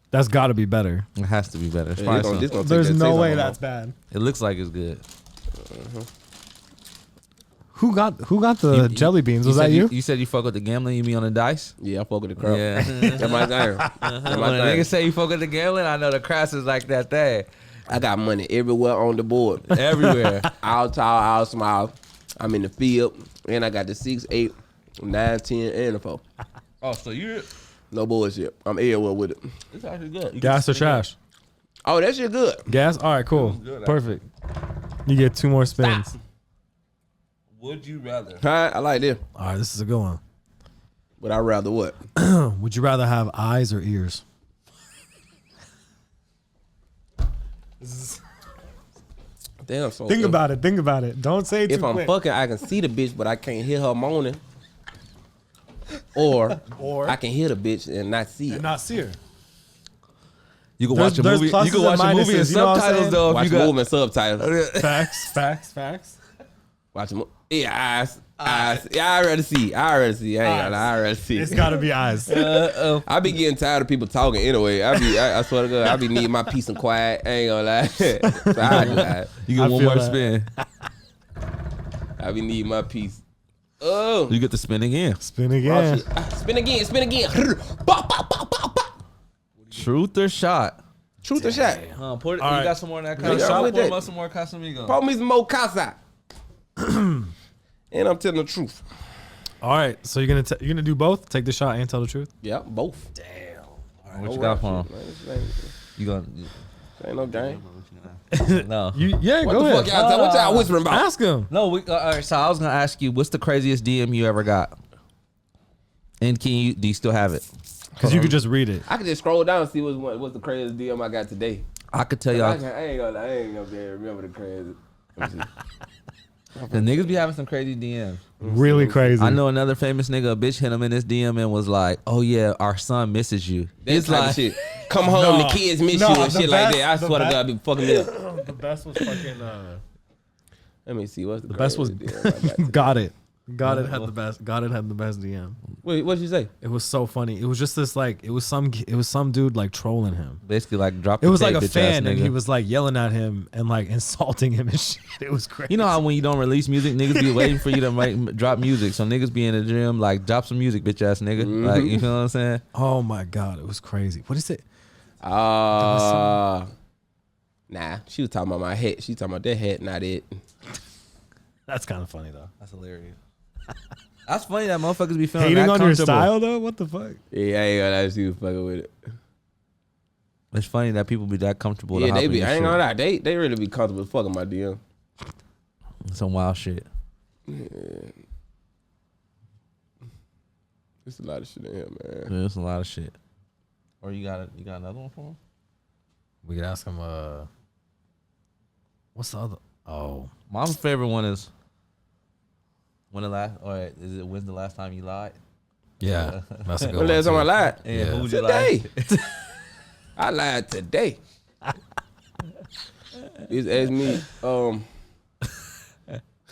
[SPEAKER 3] That's got to be better.
[SPEAKER 5] It has to be better. It's probably some-
[SPEAKER 3] There's no way that's bad.
[SPEAKER 5] it looks like it's good.
[SPEAKER 3] Who got who got the jelly beans? Was
[SPEAKER 5] said
[SPEAKER 3] that you?
[SPEAKER 5] You said you fuck with the gambling. You be on the dice.
[SPEAKER 4] Yeah, Uh-huh. I fuck with the crowd.
[SPEAKER 5] Yeah.
[SPEAKER 4] That my thing. That
[SPEAKER 5] When a
[SPEAKER 4] my
[SPEAKER 5] nigga
[SPEAKER 4] thing.
[SPEAKER 5] say you fuck with the gambling, I know the crash is like that thing
[SPEAKER 4] I got money everywhere on the board.
[SPEAKER 5] everywhere.
[SPEAKER 4] all tall, all small. I'm in the field, and I got the six, eight, nine, ten, and the four.
[SPEAKER 5] oh, so you?
[SPEAKER 4] No bullshit. I'm everywhere with it.
[SPEAKER 5] It's actually good. You
[SPEAKER 3] Gas
[SPEAKER 5] can-
[SPEAKER 3] or trash?
[SPEAKER 4] Oh, that shit good.
[SPEAKER 3] Gas. All right, cool. Perfect. You get two more spins.
[SPEAKER 5] Would you rather?
[SPEAKER 4] Huh? I like this,
[SPEAKER 3] All right, this is a good one.
[SPEAKER 4] but I'd rather what?
[SPEAKER 3] Would you rather have eyes or ears?
[SPEAKER 4] Damn. So
[SPEAKER 3] Think
[SPEAKER 4] if,
[SPEAKER 3] about it. Think about it. Don't say it
[SPEAKER 4] if
[SPEAKER 3] too
[SPEAKER 4] I'm
[SPEAKER 3] quick.
[SPEAKER 4] fucking, I can see the bitch, but I can't hear her moaning. Or,
[SPEAKER 3] Or-
[SPEAKER 4] I can hear the bitch and not see it.
[SPEAKER 3] not see her.
[SPEAKER 5] You can
[SPEAKER 3] There's-
[SPEAKER 5] watch a
[SPEAKER 3] there's
[SPEAKER 5] movie. You
[SPEAKER 3] pluses
[SPEAKER 5] can watch
[SPEAKER 3] and
[SPEAKER 5] a movie
[SPEAKER 3] minuses, you
[SPEAKER 5] in
[SPEAKER 3] Oh, know what I'm
[SPEAKER 5] subtitles
[SPEAKER 3] saying?
[SPEAKER 5] though. If
[SPEAKER 4] Watch
[SPEAKER 5] you got
[SPEAKER 4] movement subtitles.
[SPEAKER 3] Facts, facts, facts.
[SPEAKER 4] Watch him. Yeah, I, I, yeah, I rather see. I rather see. I ain't gonna lie, I rather see.
[SPEAKER 3] It's gotta be eyes.
[SPEAKER 5] uh,
[SPEAKER 4] I be getting tired of people talking anyway. I be, I, I swear to God, I be needing my peace and quiet. I ain't gonna lie. so I, do that.
[SPEAKER 5] You get
[SPEAKER 3] I
[SPEAKER 5] one
[SPEAKER 3] feel
[SPEAKER 5] more
[SPEAKER 3] that.
[SPEAKER 5] spin.
[SPEAKER 4] I be needing my peace. Oh,
[SPEAKER 5] You get to spin again.
[SPEAKER 3] Spin again.
[SPEAKER 4] shit. Ah, spin again, spin again. Bop, bop, bop, bop, bop.
[SPEAKER 5] Truth or shot?
[SPEAKER 4] Truth or shot?
[SPEAKER 5] Huh, Uh, pour,
[SPEAKER 3] All
[SPEAKER 5] You
[SPEAKER 3] right.
[SPEAKER 5] got some more in that
[SPEAKER 4] got
[SPEAKER 5] Casamigos.
[SPEAKER 4] some
[SPEAKER 5] Pour
[SPEAKER 4] with
[SPEAKER 5] him
[SPEAKER 4] that.
[SPEAKER 5] up some more Casamigos.
[SPEAKER 4] Call me some more casa. and I'm telling the truth.
[SPEAKER 3] All right, so you're gonna t- you're gonna do both. Take the shot and tell the truth.
[SPEAKER 4] Yeah, both.
[SPEAKER 5] what you got for him?
[SPEAKER 4] Man, this ain't,
[SPEAKER 5] You gonna?
[SPEAKER 4] this ain't no game.
[SPEAKER 5] No.
[SPEAKER 3] You, yeah,
[SPEAKER 4] What
[SPEAKER 3] go
[SPEAKER 4] the
[SPEAKER 3] ahead.
[SPEAKER 4] fuck y'all, talk- what y'all whispering about?
[SPEAKER 3] Ask him.
[SPEAKER 5] No, we uh, all right. So I was gonna ask you, what's the craziest DM you ever got? And can you do you still have it?
[SPEAKER 3] Because you could just read it.
[SPEAKER 4] I can just scroll down and see what's what- what's the craziest DM I got today.
[SPEAKER 5] I could tell
[SPEAKER 4] I,
[SPEAKER 5] y'all
[SPEAKER 4] can, I ain't gonna, I ain't gonna be able to remember the crazy. Let me see.
[SPEAKER 5] the niggas be having some crazy DMs.
[SPEAKER 3] Really crazy.
[SPEAKER 5] I know another famous nigga, a bitch hit him in his DM and was like, "Oh yeah, our son misses you."
[SPEAKER 4] That
[SPEAKER 5] it's
[SPEAKER 4] type of
[SPEAKER 5] like,
[SPEAKER 4] shit. Come home,
[SPEAKER 3] Nah.
[SPEAKER 4] the kids miss
[SPEAKER 3] Nah,
[SPEAKER 4] you and
[SPEAKER 3] the
[SPEAKER 4] shit like
[SPEAKER 3] best-
[SPEAKER 4] that. I
[SPEAKER 3] the
[SPEAKER 4] swear to
[SPEAKER 3] best-
[SPEAKER 4] God, I be fucking it up.
[SPEAKER 3] the best was fucking. Uh,
[SPEAKER 4] Let me see what's the,
[SPEAKER 3] best was-
[SPEAKER 4] craziest DM I got today.
[SPEAKER 3] got it. Got it had the best. Got it had the best DM.
[SPEAKER 4] Wait, what'd you say?
[SPEAKER 3] It was so funny. It was just this like it was some it was some dude like trolling him.
[SPEAKER 5] basically like drop.
[SPEAKER 3] It
[SPEAKER 5] the
[SPEAKER 3] was like
[SPEAKER 5] tape,
[SPEAKER 3] a
[SPEAKER 5] bitch ass
[SPEAKER 3] fan and
[SPEAKER 5] nigga.
[SPEAKER 3] he was like yelling at him and like insulting him and shit. It was crazy.
[SPEAKER 5] You know how when you don't release music, niggas be waiting for you to make drop music. So niggas be in the gym like drop some music, bitch ass nigga.
[SPEAKER 3] Mm-hmm.
[SPEAKER 5] Like you feel what I'm saying?
[SPEAKER 3] Oh my god, it was crazy. What is it?
[SPEAKER 4] Uh, nah, she was talking about my head. She talking about that head, not it.
[SPEAKER 3] That's kind of funny though.
[SPEAKER 5] That's hilarious. That's funny that motherfuckers be feeling
[SPEAKER 3] Hating
[SPEAKER 5] that
[SPEAKER 3] on your
[SPEAKER 5] comfortable.
[SPEAKER 3] style though. What the fuck?
[SPEAKER 4] Yeah, I ain't gonna lie, she was fucking with it.
[SPEAKER 5] It's funny that people be that comfortable. to
[SPEAKER 4] yeah,
[SPEAKER 5] hop
[SPEAKER 4] they
[SPEAKER 5] in
[SPEAKER 4] be.
[SPEAKER 5] your
[SPEAKER 4] I
[SPEAKER 5] shit.
[SPEAKER 4] ain't gonna lie, they they really be comfortable fucking my DM.
[SPEAKER 5] Some wild shit.
[SPEAKER 4] It's a lot of shit in here, man.
[SPEAKER 5] There's a lot of shit. Or you got you got another one for him?
[SPEAKER 3] We could ask him. Uh, what's the other? Oh,
[SPEAKER 5] My favorite one is when the last or is it when's the last time you lied?
[SPEAKER 3] yeah, that's a good
[SPEAKER 4] When last time I lied?
[SPEAKER 5] And
[SPEAKER 3] Yeah.
[SPEAKER 5] who'd you lie?
[SPEAKER 4] Today. I lied today. Just ask me. Um,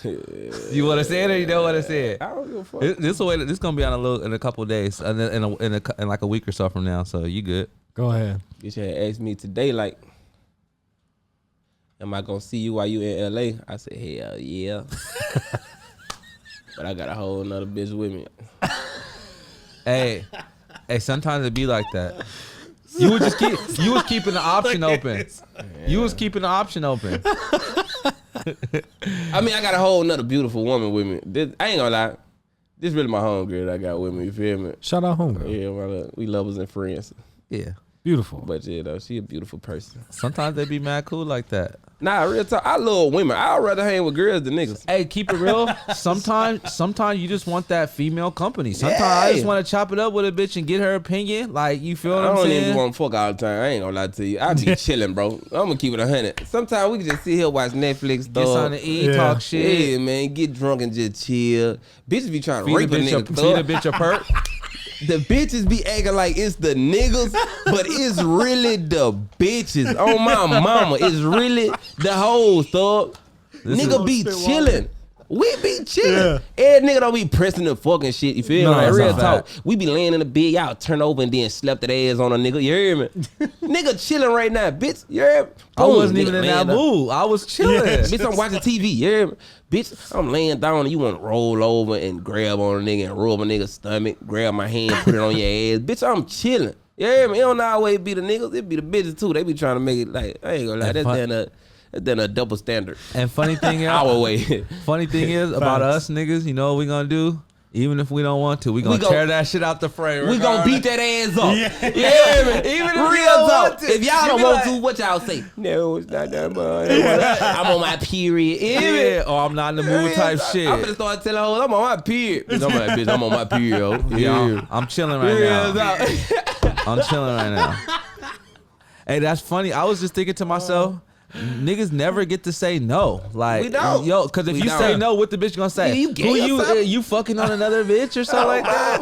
[SPEAKER 5] You want to say it or you don't want to say it?
[SPEAKER 4] I don't give a fuck.
[SPEAKER 5] This this the way that- this gonna be on a little in a couple days and in a, in, a, cou- in like a week or so from now. So you good?
[SPEAKER 3] Go ahead.
[SPEAKER 4] Bitch had asked me today, like, am I gonna see you while you in LA? I said, hell yeah. but I got a whole nother bitch with me.
[SPEAKER 5] Hey, hey. Sometimes it be like that. You was just keep you was keeping the option open. You was keeping the option open.
[SPEAKER 4] I mean, I got a whole nother beautiful woman with me. This, I ain't gonna lie. This really my homegirl that I got with me, you feel me?
[SPEAKER 3] Shout out homegirl.
[SPEAKER 4] Yeah, my love. We lovers and friends.
[SPEAKER 5] Yeah.
[SPEAKER 3] Beautiful.
[SPEAKER 4] But yeah, though, she a beautiful person.
[SPEAKER 5] Sometimes they be mad cool like that.
[SPEAKER 4] Nah, real talk. I love women. I'd rather hang with girls than niggas.
[SPEAKER 5] Hey, keep it real. Sometimes, sometimes you just want that female company. Sometimes I just
[SPEAKER 4] Yeah.
[SPEAKER 5] want to chop it up with a bitch and get her opinion. Like you feel what
[SPEAKER 4] I
[SPEAKER 5] I'm
[SPEAKER 4] don't
[SPEAKER 5] saying?
[SPEAKER 4] even want to fuck all the time. I ain't gonna lie to you. I be chilling, bro. I'm gonna keep it a hundred. Sometimes we can just sit here watch Netflix,
[SPEAKER 5] get
[SPEAKER 4] dog.
[SPEAKER 5] something to eat,
[SPEAKER 3] Yeah.
[SPEAKER 5] talk shit,
[SPEAKER 4] Yeah, man, get drunk and just chill. Bitches be trying to
[SPEAKER 5] feed a
[SPEAKER 4] rape a
[SPEAKER 5] bitch a
[SPEAKER 4] nigga.
[SPEAKER 5] feed a
[SPEAKER 4] thug.
[SPEAKER 5] bitch a perk.
[SPEAKER 4] The bitches be acting like it's the niggas, but it's really the bitches. Oh my mama, it's really the hoes, thug. nigga be chilling. We be chilling. Every nigga don't be pressing the fucking shit. You feel
[SPEAKER 3] No,
[SPEAKER 4] me? Like,
[SPEAKER 3] it's
[SPEAKER 4] real talk.
[SPEAKER 3] not
[SPEAKER 4] We be laying in the bed, y'all turn over and then slap that ass on a nigga. You hear me? nigga chilling right now, bitch. You hear me?
[SPEAKER 5] I wasn't
[SPEAKER 4] Boom,
[SPEAKER 5] even
[SPEAKER 4] nigga
[SPEAKER 5] in
[SPEAKER 4] laying
[SPEAKER 5] that
[SPEAKER 4] down.
[SPEAKER 5] mood. I was chilling.
[SPEAKER 4] Bitch, I'm watching TV. Yeah, bitch, I'm laying down and you want to roll over and grab on a nigga and rub a nigga's stomach, grab my hand, put it on your ass. Bitch, I'm chilling. Yeah, man, it don't always be the niggas. It be the bitches too. They be trying to make it like I ain't gonna lie.
[SPEAKER 5] And
[SPEAKER 4] That's
[SPEAKER 5] fu-
[SPEAKER 4] than a that's than a double standard.
[SPEAKER 5] And funny thing is,
[SPEAKER 4] Our way.
[SPEAKER 5] funny thing is about us niggas. You know what we gonna do? Even if we don't want to, we gonna
[SPEAKER 4] gon-
[SPEAKER 5] tear that shit out the frame.
[SPEAKER 4] We gonna beat that ass up. Yeah, man.
[SPEAKER 5] Even if
[SPEAKER 4] real
[SPEAKER 5] you don't
[SPEAKER 4] talk.
[SPEAKER 5] want to,
[SPEAKER 4] If y'all
[SPEAKER 5] you
[SPEAKER 4] don't
[SPEAKER 5] be
[SPEAKER 4] want
[SPEAKER 5] like-
[SPEAKER 4] to, what y'all say? No, it's not that much. I'm on my period. Yeah.
[SPEAKER 5] Yeah, or I'm not in the mood type shit.
[SPEAKER 4] I'm gonna start telling hoes I'm on my period. Bitch, I'm like, bitch, I'm on my period. yo.
[SPEAKER 5] Yeah,
[SPEAKER 4] Yeah.
[SPEAKER 5] I'm- I'm chilling right
[SPEAKER 4] Yeah,
[SPEAKER 5] now.
[SPEAKER 4] dog.
[SPEAKER 5] I'm chilling right now. hey, that's funny. I was just thinking to myself, niggas never get to say no. Like
[SPEAKER 4] We don't.
[SPEAKER 5] yo, because if
[SPEAKER 4] We
[SPEAKER 5] you
[SPEAKER 4] don't.
[SPEAKER 5] say no, what the bitch gonna say?
[SPEAKER 4] You- you gay
[SPEAKER 5] Who
[SPEAKER 4] or
[SPEAKER 5] you eh,
[SPEAKER 4] something?
[SPEAKER 5] you fucking on another bitch or something like that?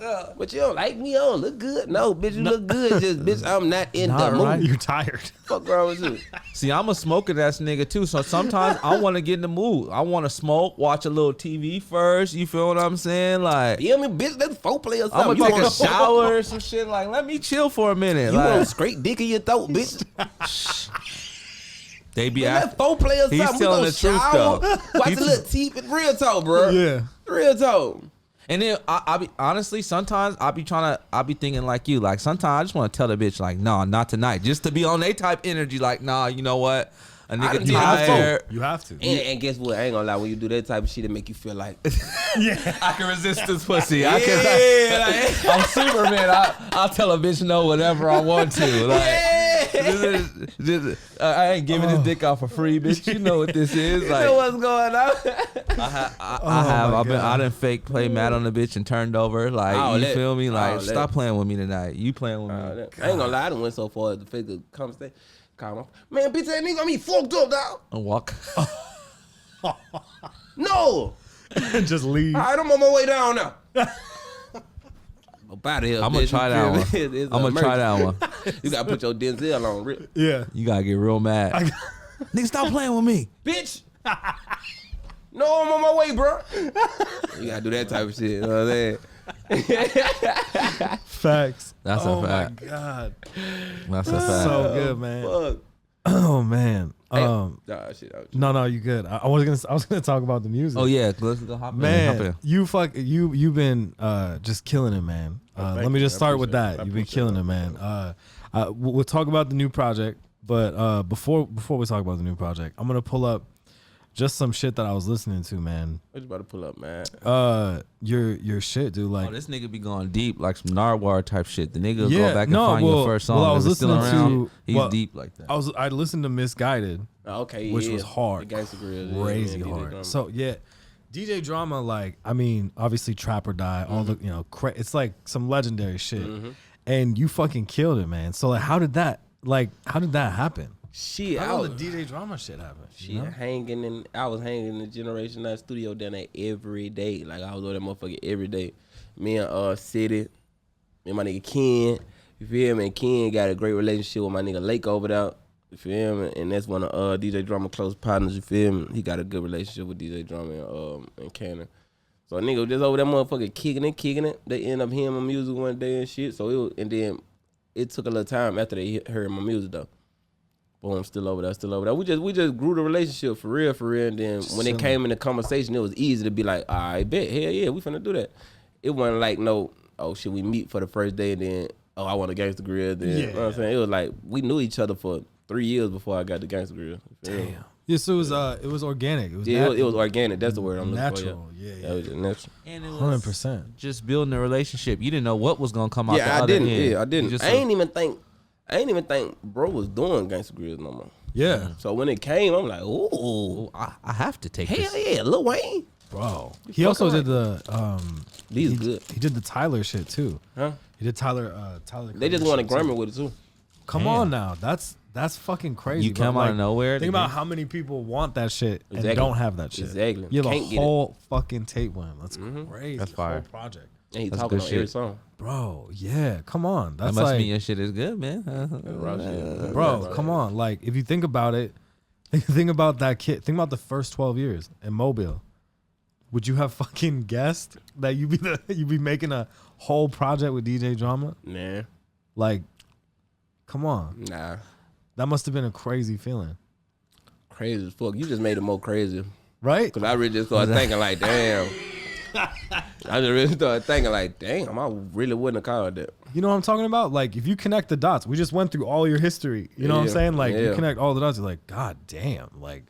[SPEAKER 4] that. But you don't like me? I don't look good. No, bitch, you look good. Just bitch, I'm not in
[SPEAKER 3] Nah,
[SPEAKER 4] the mood.
[SPEAKER 3] right? You're tired.
[SPEAKER 4] Fuck wrong with you?
[SPEAKER 5] See, I'm a smoking ass nigga too, so sometimes I want to get in the mood. I want to smoke, watch a little TV first. You feel what I'm saying? Like
[SPEAKER 4] You hear me, bitch? That's four play or something.
[SPEAKER 5] I'm gonna
[SPEAKER 4] you
[SPEAKER 5] take a
[SPEAKER 4] wanna-
[SPEAKER 5] shower or some shit. Like let me chill for a minute.
[SPEAKER 4] You
[SPEAKER 5] Like
[SPEAKER 4] want straight dick in your throat, bitch?
[SPEAKER 5] they be
[SPEAKER 4] That
[SPEAKER 5] after.
[SPEAKER 4] four play or
[SPEAKER 5] He's
[SPEAKER 4] something. We
[SPEAKER 5] telling
[SPEAKER 4] gonna
[SPEAKER 5] the truth,
[SPEAKER 4] shower.
[SPEAKER 5] though.
[SPEAKER 4] Watch
[SPEAKER 5] He's-
[SPEAKER 4] a little TV. Real talk, bro.
[SPEAKER 3] Yeah.
[SPEAKER 4] Real talk.
[SPEAKER 5] And then I, I be honestly sometimes I be trying to I be thinking like you. Like sometimes I just want to tell the bitch like nah, not tonight. Just to be on they type energy. Like nah, you know what? A
[SPEAKER 4] done
[SPEAKER 5] nigga
[SPEAKER 4] did that before.
[SPEAKER 5] tired.
[SPEAKER 3] You have to.
[SPEAKER 4] And, and guess what? I ain't gonna lie. When you do that type of shit, it make you feel like
[SPEAKER 5] I can resist this pussy. I can.
[SPEAKER 4] yeah, like,
[SPEAKER 5] I'm Superman. I I'll tell a bitch no whenever I want to. Like,
[SPEAKER 4] yeah. Oh.
[SPEAKER 5] this is, this is- uh, I ain't giving this dick off for free, bitch. You know what this is.
[SPEAKER 4] You know Oh
[SPEAKER 5] Like,
[SPEAKER 4] what's going on?
[SPEAKER 5] I, I have.
[SPEAKER 3] my
[SPEAKER 5] I've been. I
[SPEAKER 3] God.
[SPEAKER 5] done fake play mad on the bitch and turned over. Like,
[SPEAKER 4] Oh,
[SPEAKER 5] you
[SPEAKER 4] that-
[SPEAKER 5] feel me? Like,
[SPEAKER 4] oh, that-
[SPEAKER 5] stop playing with me tonight. You playing with
[SPEAKER 4] I
[SPEAKER 5] me?
[SPEAKER 4] ain't gonna lie. I done went so far as to figure conversation. Call my man, bitch. That nigga gonna be fucked up, dog.
[SPEAKER 5] And walk.
[SPEAKER 4] No.
[SPEAKER 3] Just leave.
[SPEAKER 4] All right, I'm on my way down now. I'm out of here.
[SPEAKER 5] I'm gonna
[SPEAKER 4] bitch.
[SPEAKER 5] try
[SPEAKER 4] You
[SPEAKER 5] that one.
[SPEAKER 4] feel me? It's
[SPEAKER 5] I'm
[SPEAKER 4] a
[SPEAKER 5] gonna try that
[SPEAKER 4] emergency.
[SPEAKER 5] one.
[SPEAKER 4] You gotta put your Denzel on, real.
[SPEAKER 3] Yeah.
[SPEAKER 5] You gotta get real mad. Nigga, stop playing with me.
[SPEAKER 4] bitch. no, I'm on my way, bro. You gotta do that type of shit. You know what I'm saying?
[SPEAKER 3] Facts.
[SPEAKER 5] That's a
[SPEAKER 3] oh
[SPEAKER 5] fact.
[SPEAKER 3] my god.
[SPEAKER 5] That's a fact.
[SPEAKER 3] So good, man.
[SPEAKER 4] Fuck.
[SPEAKER 3] Oh man. Um.
[SPEAKER 4] Nah, shit. I was-
[SPEAKER 3] No, no, you good. I, I was gonna. I was gonna talk about the music.
[SPEAKER 5] oh yeah, let's go hop in. hop
[SPEAKER 3] man.
[SPEAKER 5] in.
[SPEAKER 3] You fuck. You you've been uh just killing it, man. Uh, let me just start with that. You've been killing it, man. Uh, uh, w- we'll talk about the new project, but uh, before before we talk about the new project, I'm gonna pull up just some shit that I was listening to, man.
[SPEAKER 4] I was about to pull up, man.
[SPEAKER 3] Uh, your your shit, dude. Like
[SPEAKER 5] Oh, this nigga be going deep like some Narwhal type shit. The nigga
[SPEAKER 3] Yeah,
[SPEAKER 5] go back and
[SPEAKER 3] no,
[SPEAKER 5] find
[SPEAKER 3] well-
[SPEAKER 5] your first song.
[SPEAKER 3] well, I
[SPEAKER 5] if
[SPEAKER 3] was
[SPEAKER 5] it's still
[SPEAKER 3] listening
[SPEAKER 5] around.
[SPEAKER 3] to-
[SPEAKER 5] He's
[SPEAKER 3] well,
[SPEAKER 5] deep like that.
[SPEAKER 3] I was I listened to Misguided.
[SPEAKER 4] Oh, okay,
[SPEAKER 3] Which
[SPEAKER 4] yeah.
[SPEAKER 3] was hard.
[SPEAKER 4] The gangsta grill, yeah,
[SPEAKER 3] crazy
[SPEAKER 4] yeah, did it,
[SPEAKER 3] hard.
[SPEAKER 4] um,
[SPEAKER 3] So yeah, DJ Drama, like I mean, obviously Trap or Die, all
[SPEAKER 4] Mm-hmm.
[SPEAKER 3] the you know, cra- it's like some legendary shit, and you fucking killed it, man. So like, how did that like how did that happen?
[SPEAKER 4] shit, I
[SPEAKER 3] How did
[SPEAKER 4] was,
[SPEAKER 3] the DJ Drama shit happen?
[SPEAKER 4] shit, hanging in. I was hanging in the Generation Nine studio down there every day. Like I was on that motherfucker every day. Me and uh City, me and my nigga Ken. You feel me? And Ken got a great relationship with my nigga Lake over there. You feel me? And that's one of uh DJ Drama close partners. You feel me? He got a good relationship with DJ Drama and um and Cannon. So nigga was just over that motherfucker kicking it, kicking it. They end up hearing my music one day and shit. So it was, and then it took a little time after they he- heard my music though. But I'm still over there, still over there. We just we just grew the relationship for real, for real. And then when it came in the conversation, it was easy to be like, I bet, hell yeah, we finna do that. It wasn't like no, oh should we meet for the first day and then oh I want a gangster grill then you know what I'm saying? It was like we knew each other for three years before I got the gangster grill. Damn.
[SPEAKER 3] Yeah, so it was uh, it was organic. It was
[SPEAKER 4] Yeah, it was, it was organic. That's the word I'm looking
[SPEAKER 3] natural.
[SPEAKER 4] for.
[SPEAKER 3] Yeah,
[SPEAKER 4] Yeah, it was just natural.
[SPEAKER 5] And it was
[SPEAKER 3] hundred percent.
[SPEAKER 5] just building a relationship. You didn't know what was gonna come out. the
[SPEAKER 4] Yeah, I
[SPEAKER 5] other
[SPEAKER 4] didn't.
[SPEAKER 5] end.
[SPEAKER 4] Yeah, I didn't.
[SPEAKER 5] You just
[SPEAKER 4] I ain't even think. I ain't even think bro was doing gangster grills no more.
[SPEAKER 3] Yeah,
[SPEAKER 4] So when it came, I'm like, ooh,
[SPEAKER 5] oh, I, I have to take
[SPEAKER 4] hell
[SPEAKER 5] this.
[SPEAKER 4] yeah, Lil Wayne,
[SPEAKER 3] bro. He also did the um,
[SPEAKER 4] these good.
[SPEAKER 3] he did the Tyler shit too.
[SPEAKER 4] Huh?
[SPEAKER 3] He did Tyler uh Tyler.
[SPEAKER 4] They just
[SPEAKER 3] Creator
[SPEAKER 4] won a
[SPEAKER 3] shit, too.
[SPEAKER 4] Grammy with it too.
[SPEAKER 3] Come on now, that's that's fucking crazy.
[SPEAKER 5] You
[SPEAKER 3] bro.
[SPEAKER 5] come out of nowhere,
[SPEAKER 3] Think
[SPEAKER 5] the
[SPEAKER 3] about
[SPEAKER 5] nigga-
[SPEAKER 3] how many people want that shit
[SPEAKER 4] Exactly.
[SPEAKER 3] and don't have that shit.
[SPEAKER 4] Exactly.
[SPEAKER 3] You have
[SPEAKER 4] Can't
[SPEAKER 3] a
[SPEAKER 4] get it.
[SPEAKER 3] whole fucking tape win. That's crazy.
[SPEAKER 5] Mm-hmm. That's
[SPEAKER 3] Whole
[SPEAKER 5] fire.
[SPEAKER 3] project,
[SPEAKER 4] And he
[SPEAKER 5] That's
[SPEAKER 4] talking
[SPEAKER 5] good
[SPEAKER 4] on every
[SPEAKER 5] shit.
[SPEAKER 4] song.
[SPEAKER 3] bro. Yeah, come on.
[SPEAKER 5] That
[SPEAKER 3] That's
[SPEAKER 5] must
[SPEAKER 3] like,
[SPEAKER 5] mean your shit is good, man.
[SPEAKER 4] Rock shit.
[SPEAKER 3] bro, come on. Like, if you think about it, think about that kid. Think about the first twelve years in Mobile. Would you have fucking guessed that you be the you be making a whole project with DJ Drama?
[SPEAKER 4] Nah,
[SPEAKER 3] Like, come on.
[SPEAKER 4] nah,
[SPEAKER 3] That must have been a crazy feeling,
[SPEAKER 4] crazy as fuck. You just made it more crazy.
[SPEAKER 3] right?
[SPEAKER 4] Cause I really just started thinking like, damn. I just really started thinking like, damn, I really wouldn't have called that.
[SPEAKER 3] You know what I'm talking about? Like if you connect the dots, we just went through all your history. You know what I'm
[SPEAKER 4] Yeah,
[SPEAKER 3] saying? Like you
[SPEAKER 4] yeah.
[SPEAKER 3] connect all the dots, you're like, God damn, like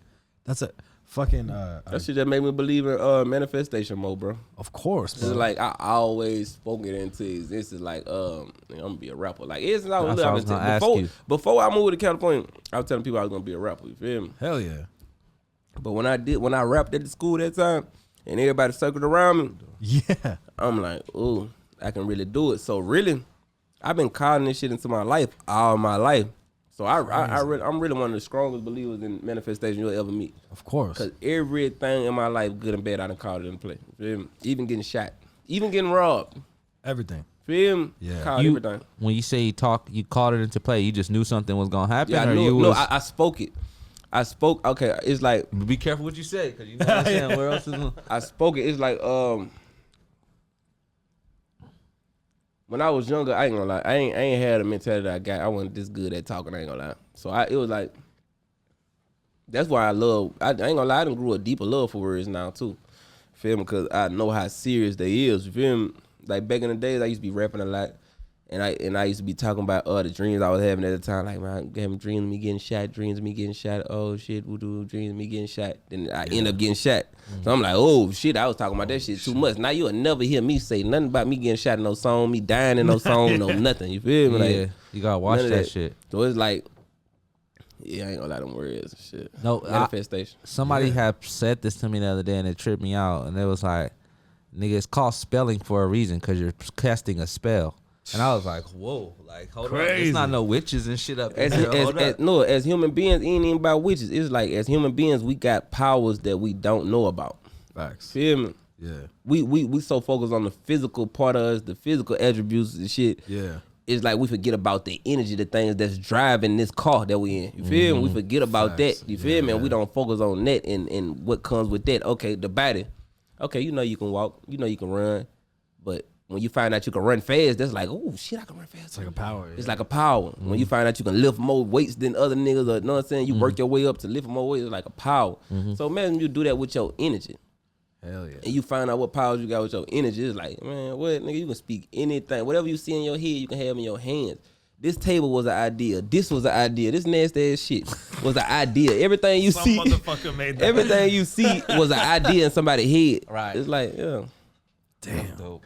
[SPEAKER 3] that's a fucking uh, uh,
[SPEAKER 4] That shit just made me believe in uh, manifestation more, bro.
[SPEAKER 3] of course,
[SPEAKER 4] It's
[SPEAKER 3] bro.
[SPEAKER 4] like I always spoke it into existence. Like, um, I'm gonna be a rapper. Like, it's not
[SPEAKER 5] That's
[SPEAKER 4] look,
[SPEAKER 5] what
[SPEAKER 4] I
[SPEAKER 5] I
[SPEAKER 4] was
[SPEAKER 5] was gonna
[SPEAKER 4] t-
[SPEAKER 5] ask
[SPEAKER 4] before
[SPEAKER 5] you.
[SPEAKER 4] before I moved to California. I was telling people I was gonna be a rapper. You feel me?
[SPEAKER 3] Hell yeah.
[SPEAKER 4] But when I did, when I rapped at the school that time, and everybody circled around me,
[SPEAKER 3] Yeah.
[SPEAKER 4] I'm like, ooh, I can really do it. So really, I've been calling this shit into my life all my life. So I, I, I really, I'm really one of the strongest believers in manifestation you'll ever meet.
[SPEAKER 3] Of course.
[SPEAKER 4] Cause everything in my life, good and bad, I done called it in play. Feel me? Even getting shot, even getting robbed.
[SPEAKER 3] Everything.
[SPEAKER 4] Feel me?
[SPEAKER 3] Yeah.
[SPEAKER 4] Called
[SPEAKER 5] You-
[SPEAKER 4] everything.
[SPEAKER 5] when you say you talk, you called it into play. You just knew something was gonna happen,
[SPEAKER 4] Yeah, I
[SPEAKER 5] or
[SPEAKER 4] knew.
[SPEAKER 5] you
[SPEAKER 4] it. No,
[SPEAKER 5] was,
[SPEAKER 4] I, I spoke it. I spoke. Okay, it's like
[SPEAKER 5] be careful what you say because you know what I'm saying. Where else is
[SPEAKER 4] I spoke it. It's like um. When I was younger, I ain't gonna lie. I ain't, I ain't had a mentality that I got. I wasn't this good at talking. I ain't gonna lie. So I, it was like. That's why I love. I, I ain't gonna lie. I done grew a deeper love for words now too. Feel me? Cause I know how serious they is. You Feel me? Like back in the days, I used to be rapping a lot, and I and I used to be talking about uh the dreams I was having at the time. Like man, I having dreams of me getting shot, dreams of me getting shot. Oh shit, woo doo, dreams of me getting shot. Then I end up getting shot.
[SPEAKER 5] Mm-hmm.
[SPEAKER 4] So I'm like, oh shit, I was talking about that shit too much. Now you'll never hear me say nothing about me getting shot in no song, me dying in no song, no nothing. You feel me? Like,
[SPEAKER 5] yeah, you gotta watch
[SPEAKER 4] none
[SPEAKER 5] that,
[SPEAKER 4] of
[SPEAKER 5] shit.
[SPEAKER 4] So it's like, yeah, I ain't gonna lie, them words and shit.
[SPEAKER 5] No, I-
[SPEAKER 4] manifestation.
[SPEAKER 5] Somebody had said this to me the other day and it tripped me out. And it was like, nigga, it's called spelling for a reason because you're casting a spell. And I was like, whoa, like, hold on. It's not no witches and shit up in
[SPEAKER 4] As,
[SPEAKER 5] here.
[SPEAKER 4] as,
[SPEAKER 5] Hold
[SPEAKER 4] as,
[SPEAKER 5] up.
[SPEAKER 4] no, as human beings, it ain't even about witches. It's like as human beings, we got powers that we don't know about.
[SPEAKER 3] Facts.
[SPEAKER 4] Feel me?
[SPEAKER 3] Yeah.
[SPEAKER 4] We we we so focused on the physical part of us, the physical attributes and shit.
[SPEAKER 3] Yeah.
[SPEAKER 4] It's like we forget about the energy, the things that's driving this car that we in. You feel
[SPEAKER 5] Mm-hmm.
[SPEAKER 4] me? We forget about
[SPEAKER 3] Facts.
[SPEAKER 4] that. You feel me? And we don't focus on that and and what comes with that. Okay, the body. Okay, you know you can walk. You know you can run, but when you find out you can run fast, that's like, oh shit, I can run fast.
[SPEAKER 3] It's like a power.
[SPEAKER 4] It's like a power. When you find out you can lift more weights than other niggas, or you know what I'm saying, you work your way up to lift more weights. It's like a power. So imagine you do that with your energy,
[SPEAKER 3] Hell yeah.
[SPEAKER 4] and you find out what powers you got with your energy. It's like, man, what nigga? You can speak anything. Whatever you see in your head, you can have in your hands. This table was an idea. This was an idea. This nasty ass shit was an idea. Everything you see,
[SPEAKER 3] made
[SPEAKER 4] everything you see was an idea in somebody's head.
[SPEAKER 5] Right.
[SPEAKER 4] It's like, yeah.
[SPEAKER 3] Damn.
[SPEAKER 5] Dope.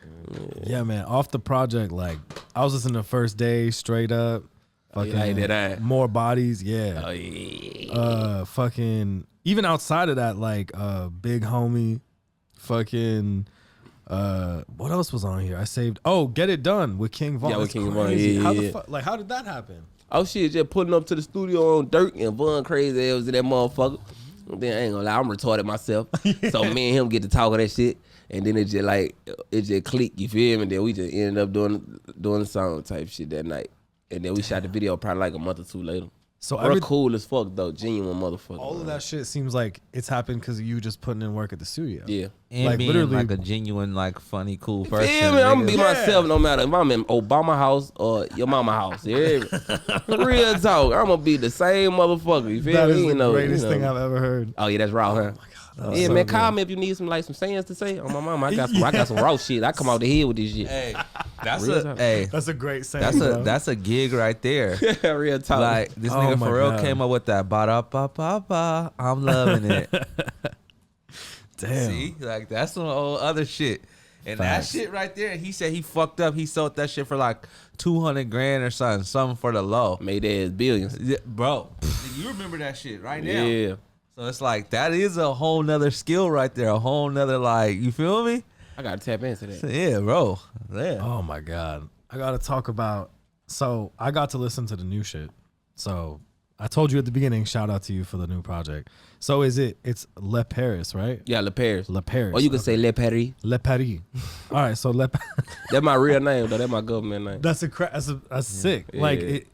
[SPEAKER 3] Yeah, man. Off the project, like I was listening to First Day straight up. Fucking
[SPEAKER 4] like that, eh?
[SPEAKER 3] more bodies. Yeah.
[SPEAKER 4] Oh, yeah.
[SPEAKER 3] Uh, fucking. Even outside of that, like uh, big homie. Fucking. Uh, what else was on here? I saved. Oh, get it done with King Von.
[SPEAKER 4] Yeah, with
[SPEAKER 3] That's
[SPEAKER 4] King Von,
[SPEAKER 3] crazy.
[SPEAKER 4] yeah,
[SPEAKER 3] how
[SPEAKER 4] yeah.
[SPEAKER 3] the fuck? Like, how did that happen?
[SPEAKER 4] Oh shit, just putting up to the studio on dirt and Von crazy ass was in that motherfucker.
[SPEAKER 3] Mm-hmm.
[SPEAKER 4] Then I ain't gonna lie, I'm retarded myself. So me and him get to talk of that shit. And then it just like it just click, you feel me? then we just ended up doing doing the song type shit that night. And then we shot the video probably like a month or two later.
[SPEAKER 3] So
[SPEAKER 4] We're
[SPEAKER 3] every,
[SPEAKER 4] cool as fuck though, genuine motherfucker.
[SPEAKER 3] all of
[SPEAKER 4] man.
[SPEAKER 3] that shit seems like it's happened because you just putting in work at the studio.
[SPEAKER 4] Yeah.
[SPEAKER 5] And
[SPEAKER 3] Like,
[SPEAKER 5] being
[SPEAKER 3] literally-
[SPEAKER 5] like a genuine, like funny, cool person.
[SPEAKER 4] Feel me? I'm gonna be
[SPEAKER 5] nigga.
[SPEAKER 4] myself no matter if I'm in Obama house or your mama house. Yeah. Real talk. I'm gonna be the same motherfucker. You feel
[SPEAKER 3] That
[SPEAKER 4] me?
[SPEAKER 3] is
[SPEAKER 4] You
[SPEAKER 3] the
[SPEAKER 4] know, you
[SPEAKER 3] greatest
[SPEAKER 4] know.
[SPEAKER 3] thing I've ever heard.
[SPEAKER 4] Oh yeah, that's raw, huh? yeah, man, call me if you need some like some sayings to say. Oh my mama, I got some, I got some raw shit. I come out the head with this shit.
[SPEAKER 5] Hey, that's a, hey,
[SPEAKER 3] That's a great saying.
[SPEAKER 5] that's a,
[SPEAKER 3] bro.
[SPEAKER 5] that's a gig right there.
[SPEAKER 4] Real talk.
[SPEAKER 5] Like this
[SPEAKER 3] Oh
[SPEAKER 5] nigga
[SPEAKER 3] my
[SPEAKER 5] Pharrell
[SPEAKER 3] God.
[SPEAKER 5] came up with that ba da ba ba ba. I'm loving it.
[SPEAKER 3] damn.
[SPEAKER 5] See, like that's some old other shit. And
[SPEAKER 3] Facts.
[SPEAKER 5] that shit right there, he said he fucked up. He sold that shit for like two hundred grand or something, something for the low,
[SPEAKER 4] made ass billions.
[SPEAKER 5] Yeah, bro. you remember that shit right now?
[SPEAKER 4] Yeah,
[SPEAKER 5] So it's like that is a whole nother skill right there, a whole nother like you feel me?
[SPEAKER 4] I gotta tap into that.
[SPEAKER 5] Yeah, bro. Yeah.
[SPEAKER 3] Oh my god. I gotta talk about so I got to listen to the new shit. So I told you at the beginning, shout out to you for the new project. So is it it's Le Paris, right?
[SPEAKER 4] Yeah, Le Paris.
[SPEAKER 3] Le Paris.
[SPEAKER 4] Or Oh, you can say Le Paris.
[SPEAKER 3] Le Paris. All right, so Le
[SPEAKER 4] That's my real name though. That's my government name.
[SPEAKER 3] That's a cra- that's a, that's sick. Like
[SPEAKER 4] Yeah.
[SPEAKER 3] it,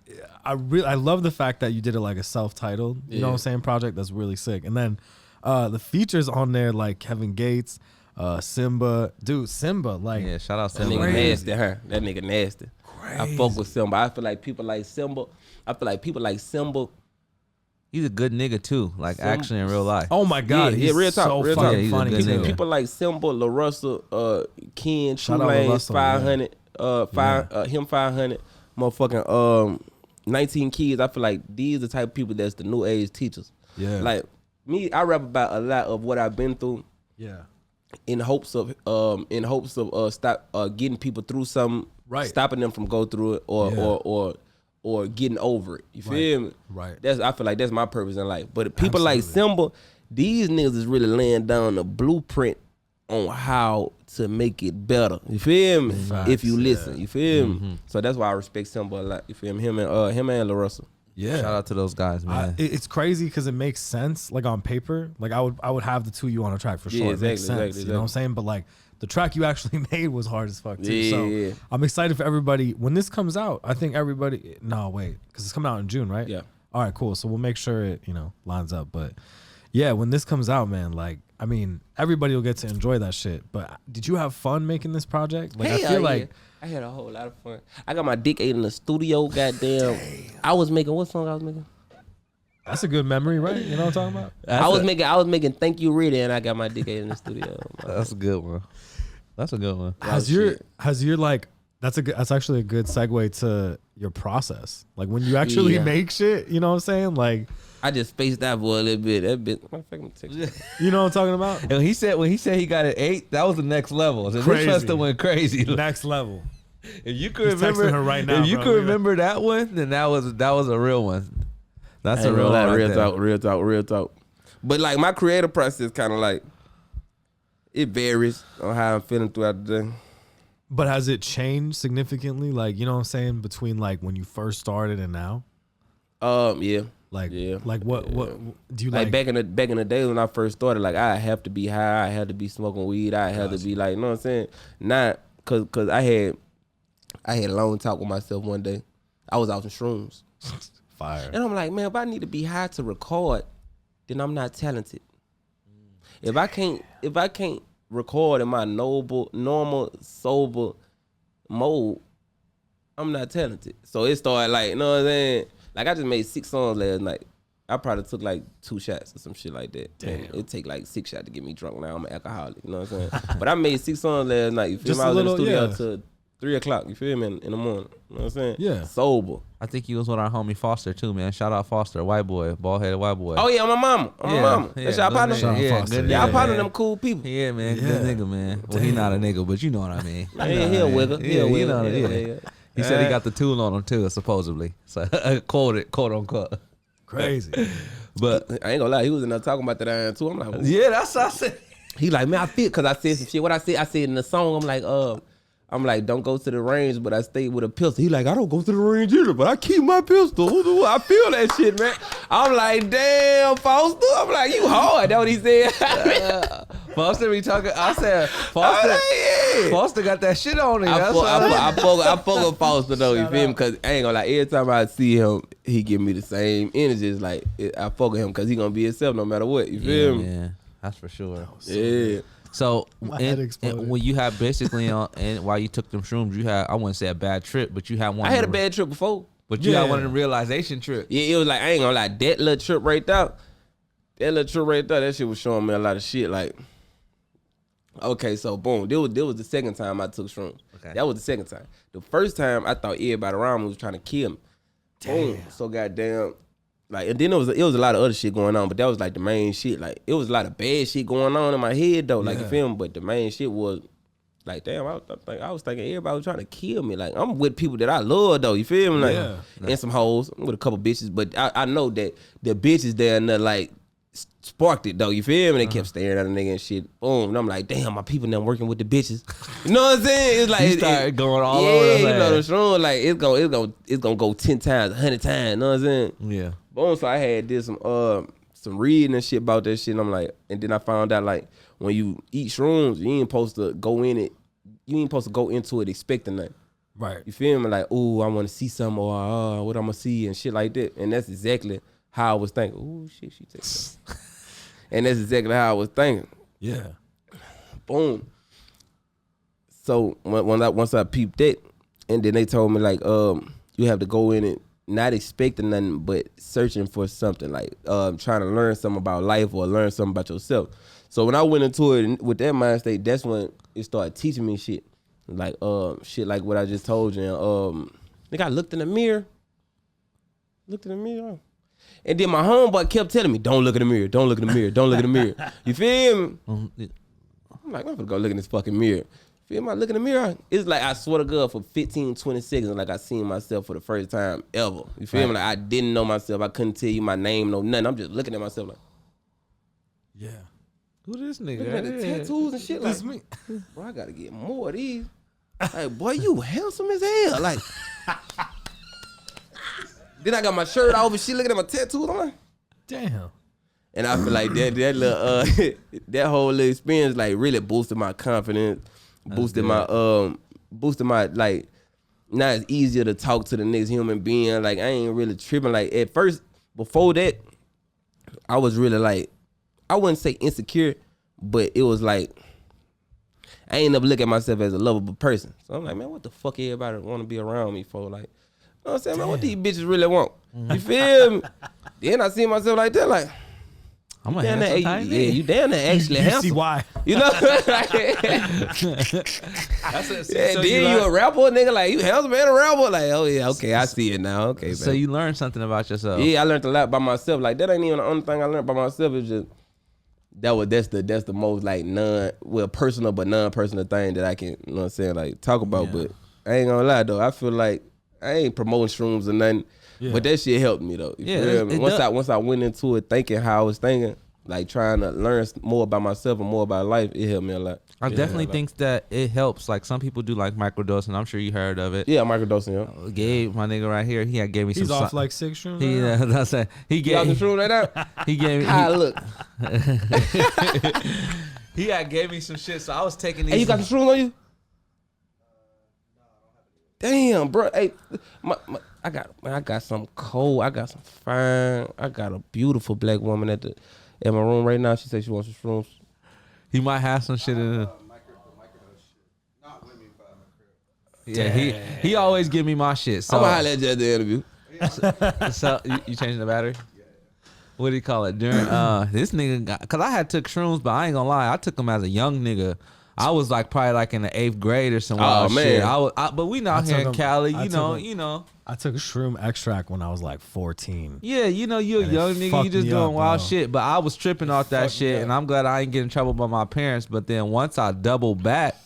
[SPEAKER 3] I really I love the fact that you did it like a self-titled, you know what
[SPEAKER 4] Yeah.
[SPEAKER 3] I'm saying, project that's really sick. And then uh the features on there like Kevin Gates, uh Simba, dude, Simba like
[SPEAKER 5] Yeah, shout out to
[SPEAKER 4] That
[SPEAKER 5] him.
[SPEAKER 4] nigga
[SPEAKER 3] Crazy.
[SPEAKER 4] nasty, huh? That nigga nasty. I fuck with Simba. I feel like people like Simba. I feel like people like Simba.
[SPEAKER 5] He's a good nigga too, like
[SPEAKER 4] Some-
[SPEAKER 5] actually in real life.
[SPEAKER 3] Oh my god,
[SPEAKER 4] yeah,
[SPEAKER 3] he's
[SPEAKER 4] real talk,
[SPEAKER 3] so
[SPEAKER 4] real talk.
[SPEAKER 3] fucking
[SPEAKER 5] Yeah, he's a
[SPEAKER 3] funny.
[SPEAKER 5] good
[SPEAKER 3] too.
[SPEAKER 5] nigga.
[SPEAKER 4] People like Simba, La Russell, uh, Ken,
[SPEAKER 3] Shout out La
[SPEAKER 4] Tulane,
[SPEAKER 3] Russell,
[SPEAKER 4] five hundred, uh, five, uh, him five hundred, motherfucking um, nineteen kids. I feel like these the type of people that's the new age teachers.
[SPEAKER 3] Yeah.
[SPEAKER 4] like me, I rap about a lot of what I've been through
[SPEAKER 3] Yeah.
[SPEAKER 4] in hopes of um in hopes of uh stop uh getting people through something
[SPEAKER 3] Right.
[SPEAKER 4] stopping them from go through it or
[SPEAKER 3] Yeah.
[SPEAKER 4] or or or getting over it you feel me
[SPEAKER 3] Right.
[SPEAKER 4] that's i feel like that's my purpose in life but people like simba these niggas is really laying down the blueprint on how to make it better you feel me
[SPEAKER 3] Mm-hmm.
[SPEAKER 4] if you listen you feel me so that's why i respect simba a lot you feel me him and uh him and La Russell
[SPEAKER 3] Yeah.
[SPEAKER 5] Shout out to those guys, man.
[SPEAKER 3] I, it- it's crazy because it makes sense, like on paper. Like I would, I would have the two you on a track for
[SPEAKER 4] Yeah,
[SPEAKER 3] sure. it makes
[SPEAKER 4] exactly,
[SPEAKER 3] sense.
[SPEAKER 4] exactly,
[SPEAKER 3] You know what I'm
[SPEAKER 4] exactly.
[SPEAKER 3] saying? But like the track you actually made was hard as fuck too.
[SPEAKER 4] Yeah,
[SPEAKER 3] so
[SPEAKER 4] yeah, yeah.
[SPEAKER 3] I'm excited for everybody when this comes out. I think everybody. No, wait, because it's coming out in June, right?
[SPEAKER 4] Yeah.
[SPEAKER 3] All right, cool. So we'll make sure it you know lines up. But yeah, when this comes out, man, like I mean, everybody will get to enjoy that shit. But did you have fun making this project? Like I
[SPEAKER 4] Hell
[SPEAKER 3] feel
[SPEAKER 4] yeah.
[SPEAKER 3] like
[SPEAKER 4] I had a whole lot of fun. I got my dick ate in the studio. Goddamn, I was making what song I was making?
[SPEAKER 3] that's a good memory, right? You know what I'm talking about?
[SPEAKER 4] I was making I was making Thank You Rita, and I got my dick ate in the studio.
[SPEAKER 5] That's a good one. That's a good one.
[SPEAKER 3] has your has your like that's a good, that's actually a good segue to your process like when you actually
[SPEAKER 4] Yeah.
[SPEAKER 3] make shit you know what i'm saying like
[SPEAKER 4] I just spaced out for a little bit. That bit. Matter of fact, I'm texting.
[SPEAKER 3] you know what i'm talking about
[SPEAKER 5] And he said when he said he got an eight, that was the next level. So
[SPEAKER 3] Crazy.
[SPEAKER 5] This must have went crazy.
[SPEAKER 3] next level
[SPEAKER 5] If you could
[SPEAKER 3] He's texting
[SPEAKER 5] remember
[SPEAKER 3] her right now,
[SPEAKER 5] if you
[SPEAKER 3] bro.
[SPEAKER 5] could
[SPEAKER 3] Look at
[SPEAKER 5] remember that one, then that was that was a real one. That's
[SPEAKER 4] Ain't
[SPEAKER 5] a
[SPEAKER 4] gonna
[SPEAKER 5] real
[SPEAKER 4] lie,
[SPEAKER 5] one.
[SPEAKER 4] real
[SPEAKER 5] Real
[SPEAKER 4] talk, real talk, real talk. But like my creative process, kind of like it varies on how I'm feeling throughout the day.
[SPEAKER 3] but has it changed significantly like you know what i'm saying between like when you first started and now
[SPEAKER 4] Um, yeah,
[SPEAKER 3] like
[SPEAKER 4] Yeah.
[SPEAKER 3] like what what do you
[SPEAKER 4] like,
[SPEAKER 3] like,
[SPEAKER 4] back in the back in the day when I first started, like I have to be high, I had to be smoking weed, I had to be like, you know what I'm saying? Not cause cause I had I had a long talk with myself one day. I was out some shrooms,
[SPEAKER 3] fire
[SPEAKER 4] and I'm like, man, if I need to be high to record, then I'm not talented. If I can't if I can't record in my noble normal sober mode, I'm not talented. So it started like, you know what I'm saying? Like I just made six songs last night. I probably took like two shots or some shit like that. Damn. It take like six shots to get me drunk. Now I'm an alcoholic. You know what I'm saying? but I made six songs last night. You feel
[SPEAKER 3] Just
[SPEAKER 4] me?
[SPEAKER 3] a
[SPEAKER 4] I was in
[SPEAKER 3] little,
[SPEAKER 4] the studio
[SPEAKER 3] yeah.
[SPEAKER 4] till three o'clock. You feel me? In, in the morning. You know what I'm saying?
[SPEAKER 3] Yeah.
[SPEAKER 4] Sober.
[SPEAKER 5] I think he was with our homie Foster too, man. Shout out Foster, white boy, bald headed white boy.
[SPEAKER 4] Oh yeah, my mama. I'm
[SPEAKER 5] Yeah,
[SPEAKER 4] my mama.
[SPEAKER 5] yeah,
[SPEAKER 4] That's y'all
[SPEAKER 5] good
[SPEAKER 4] partner.
[SPEAKER 5] nigga.
[SPEAKER 3] Shout out
[SPEAKER 5] Yeah,
[SPEAKER 3] Foster.
[SPEAKER 5] good
[SPEAKER 4] Y'all
[SPEAKER 5] nigga,
[SPEAKER 4] partner
[SPEAKER 5] man.
[SPEAKER 4] them cool people.
[SPEAKER 5] Yeah, man, good
[SPEAKER 3] Yeah.
[SPEAKER 5] nigga, man. Well, he not a nigga, but you know what I mean.
[SPEAKER 4] Yeah, he a wigger. He a
[SPEAKER 5] you
[SPEAKER 4] wigger.
[SPEAKER 5] know what I-
[SPEAKER 4] Yeah,
[SPEAKER 5] yeah.
[SPEAKER 4] yeah, yeah.
[SPEAKER 5] He said
[SPEAKER 3] Eh.
[SPEAKER 5] he got the tool on him too, supposedly. So quote it, quote unquote.
[SPEAKER 3] crazy
[SPEAKER 5] But
[SPEAKER 4] I ain't gonna lie, he was in there talking about that iron too. I'm like, "Ooh."
[SPEAKER 5] yeah, that's what I said.
[SPEAKER 4] he like, man, I feel because I said some shit. What I said, I said in the song, I'm like, uh, I'm like, don't go to the range, but I stay with a pistol. He like, I don't go to the range either, but I keep my pistol. Who do I feel that shit, man? I'm like, damn, Foster. I'm like, you hard. That what he said.
[SPEAKER 5] Foster be talking. I
[SPEAKER 4] I'm
[SPEAKER 5] said Foster.
[SPEAKER 4] like, yeah.
[SPEAKER 5] Foster got that shit on him.
[SPEAKER 4] I
[SPEAKER 5] That's
[SPEAKER 4] fuck,
[SPEAKER 5] what I,
[SPEAKER 4] I, fuck, I, fuck, I fuck with Foster though, you feel me? Cause I ain't gonna lie, every time I see him, he give me the same energy. It's like it, I fuck with him cause he gonna be himself no matter what. You
[SPEAKER 5] yeah,
[SPEAKER 4] feel me?
[SPEAKER 5] man, that's for sure.
[SPEAKER 4] Yeah.
[SPEAKER 5] So
[SPEAKER 3] My
[SPEAKER 5] and-
[SPEAKER 3] head
[SPEAKER 5] and
[SPEAKER 3] exploded.
[SPEAKER 5] when you had basically on, and while you took them shrooms, you had I wouldn't say a bad trip, but you had one.
[SPEAKER 4] I had a
[SPEAKER 5] of the-
[SPEAKER 4] bad trip before.
[SPEAKER 5] but you had one of
[SPEAKER 3] Yeah.
[SPEAKER 5] the realization trips.
[SPEAKER 4] Yeah, it was like I ain't gonna lie, that little trip right there, that little trip right there, that shit was showing me a lot of shit. Like, okay, so boom, this was, this was the second time I took shrooms.
[SPEAKER 5] Okay.
[SPEAKER 4] That was the second time. The first time I thought everybody around me was trying to kill me. Boom. So goddamn. Like and then it was it was a lot of other shit going on, but that was like the main shit. Like it was a lot of bad shit going on in my head though. Like you feel me? But the main shit was like damn, I was, I think- I was thinking everybody was trying to kill me. Like I'm with people that I love though. You feel me? Like
[SPEAKER 3] Yeah.
[SPEAKER 4] and some hoes I'm with a couple bitches, but I, I know that the bitches there and that like s- sparked it though. You feel me? They
[SPEAKER 5] Uh-huh.
[SPEAKER 4] kept staring at a nigga and shit. Boom. And I'm like, damn, my people now working with the bitches. You know what I'm saying? It's like
[SPEAKER 5] You
[SPEAKER 4] it-
[SPEAKER 5] started
[SPEAKER 4] it-
[SPEAKER 5] going all
[SPEAKER 4] yeah,
[SPEAKER 5] over the
[SPEAKER 4] you know
[SPEAKER 5] place.
[SPEAKER 4] the strong like it's gonna it's gonna it's gonna go ten times, hundred times. You know what I'm saying?
[SPEAKER 5] Yeah.
[SPEAKER 4] Boom. So I had did some uh some reading and shit about that shit. And I'm like, and then I found out like when you eat shrooms, you ain't supposed to go in it. You ain't supposed to go into it expecting nothing.
[SPEAKER 3] right
[SPEAKER 4] You feel me? Like, oh, I want to see something or uh, what I'm gonna see and shit like that. And that's exactly how I was thinking. Oh shit, she takes. and that's exactly how I was thinking.
[SPEAKER 3] yeah
[SPEAKER 4] Boom. So when, when I, once I peeped it, and then they told me like, um, you have to go in it not expecting nothing, but searching for something like um, trying to learn something about life or learn something about yourself. So when I went into it with that mind state, that's when it started teaching me shit, like um, shit like what I just told you. And, um, like I looked in the mirror, looked in the mirror. And then my homeboy kept telling me, "Don't look in the mirror. Don't look in the mirror. Don't look in the mirror." You feel me?
[SPEAKER 5] Um, it-
[SPEAKER 4] I'm like, I'm gonna go look in this fucking mirror. Feel my look in the mirror. It's like I swear to God, for 15, 20 seconds, like I seen myself for the first time ever. You feel me? Like I didn't know myself. I couldn't tell you my name, no nothing. I'm just looking at myself like
[SPEAKER 3] yeah
[SPEAKER 5] Who this
[SPEAKER 4] looking at the
[SPEAKER 5] nigga?
[SPEAKER 4] tattoos and shit.
[SPEAKER 3] that's
[SPEAKER 4] Like,
[SPEAKER 3] me
[SPEAKER 4] bro, I gotta get more of these. Like, boy, you handsome as hell. Like, Then I got my shirt off and she looking at my tattoos. I'm like,
[SPEAKER 3] Damn.
[SPEAKER 4] and I feel like that that little uh, that whole little experience like really boosted my confidence, boosted my um, boosted my like. Now it's easier to talk to the next human being. Like I ain't really tripping. Like at first, before that, I was really like, I wouldn't say insecure, but it was like. I ain't never look at myself as a lovable person. So I'm like, man, what the fuck everybody want to be around me for? Like, you know what I'm saying, man, what these bitches really want? You feel me? then I see myself like that, like,
[SPEAKER 5] I'm a
[SPEAKER 4] down there,
[SPEAKER 5] handsome
[SPEAKER 4] you-
[SPEAKER 5] tight
[SPEAKER 4] yeah, you down there actually
[SPEAKER 3] You see
[SPEAKER 4] handsome.
[SPEAKER 3] why?
[SPEAKER 4] You know, like, yeah,
[SPEAKER 5] That's it.
[SPEAKER 4] then you, a rapper, nigga, like you handsome and a rapper, like oh yeah, okay, I see it now, okay,
[SPEAKER 5] so
[SPEAKER 4] baby.
[SPEAKER 5] you learned something about yourself.
[SPEAKER 4] yeah, I learned a lot by myself. Like that ain't even the only thing I learned by myself. It's just that was that's the that's the most like non well personal but non personal thing that I can you know what I'm saying like talk about. But I ain't gonna lie though, I feel like I ain't promoting shrooms or nothing.
[SPEAKER 3] Yeah.
[SPEAKER 4] But that shit helped me though. You
[SPEAKER 5] Yeah,
[SPEAKER 4] feel
[SPEAKER 5] it-
[SPEAKER 4] me?
[SPEAKER 5] it
[SPEAKER 4] once
[SPEAKER 5] does.
[SPEAKER 4] I once I went into it thinking how I was thinking, like trying to learn s- more about myself and more about life, it helped me a lot.
[SPEAKER 5] I definitely think that it helps. Like some people do like microdosing. I'm sure you heard of it.
[SPEAKER 4] Yeah, microdosing. Yeah.
[SPEAKER 5] Gabe, my nigga right here, he had gave me
[SPEAKER 3] He's
[SPEAKER 5] some.
[SPEAKER 3] off
[SPEAKER 5] si-
[SPEAKER 3] like six shrooms.
[SPEAKER 5] he, uh,
[SPEAKER 3] right now?
[SPEAKER 5] yeah, that's it. He
[SPEAKER 4] Y'all can
[SPEAKER 5] gave
[SPEAKER 4] shoot right now.
[SPEAKER 5] he gave me
[SPEAKER 4] How I
[SPEAKER 5] he,
[SPEAKER 4] look?
[SPEAKER 5] he had gave me some shit. So I was taking these.
[SPEAKER 4] Hey, you got the shroom on you? Damn, bro. Hey, my, my, I got man, I got some cold. I got some fine. I got a beautiful black woman at the in my room right now. She said she wants some shrooms.
[SPEAKER 5] he might have some shit in it. Yeah, he he always give me my shit. So
[SPEAKER 4] I'm gonna holler at you at the interview.
[SPEAKER 5] so you, you changing the battery? What do you call it? During uh, this nigga, got, cause I had took shrooms, but I ain't gonna lie, I took them as a young nigga. I was like probably like in the eighth grade or some
[SPEAKER 4] Oh,
[SPEAKER 5] wild shit.
[SPEAKER 4] man.
[SPEAKER 5] I was, I, but we
[SPEAKER 3] I
[SPEAKER 5] not
[SPEAKER 3] took
[SPEAKER 5] here in
[SPEAKER 3] 'em-
[SPEAKER 5] Cali,
[SPEAKER 3] I
[SPEAKER 5] you
[SPEAKER 3] took
[SPEAKER 5] know,
[SPEAKER 3] 'em.
[SPEAKER 5] you know.
[SPEAKER 3] I took a shroom extract when I was like 14.
[SPEAKER 5] Yeah, you know, you a
[SPEAKER 3] And it
[SPEAKER 5] young nigga, you
[SPEAKER 3] fucked
[SPEAKER 5] just
[SPEAKER 3] me
[SPEAKER 5] doing
[SPEAKER 3] up,
[SPEAKER 5] wild
[SPEAKER 3] bro.
[SPEAKER 5] shit. But I was tripping off that
[SPEAKER 3] fucked me
[SPEAKER 5] shit,
[SPEAKER 3] up.
[SPEAKER 5] and I'm glad I ain't get in trouble by my parents. But then once I doubled back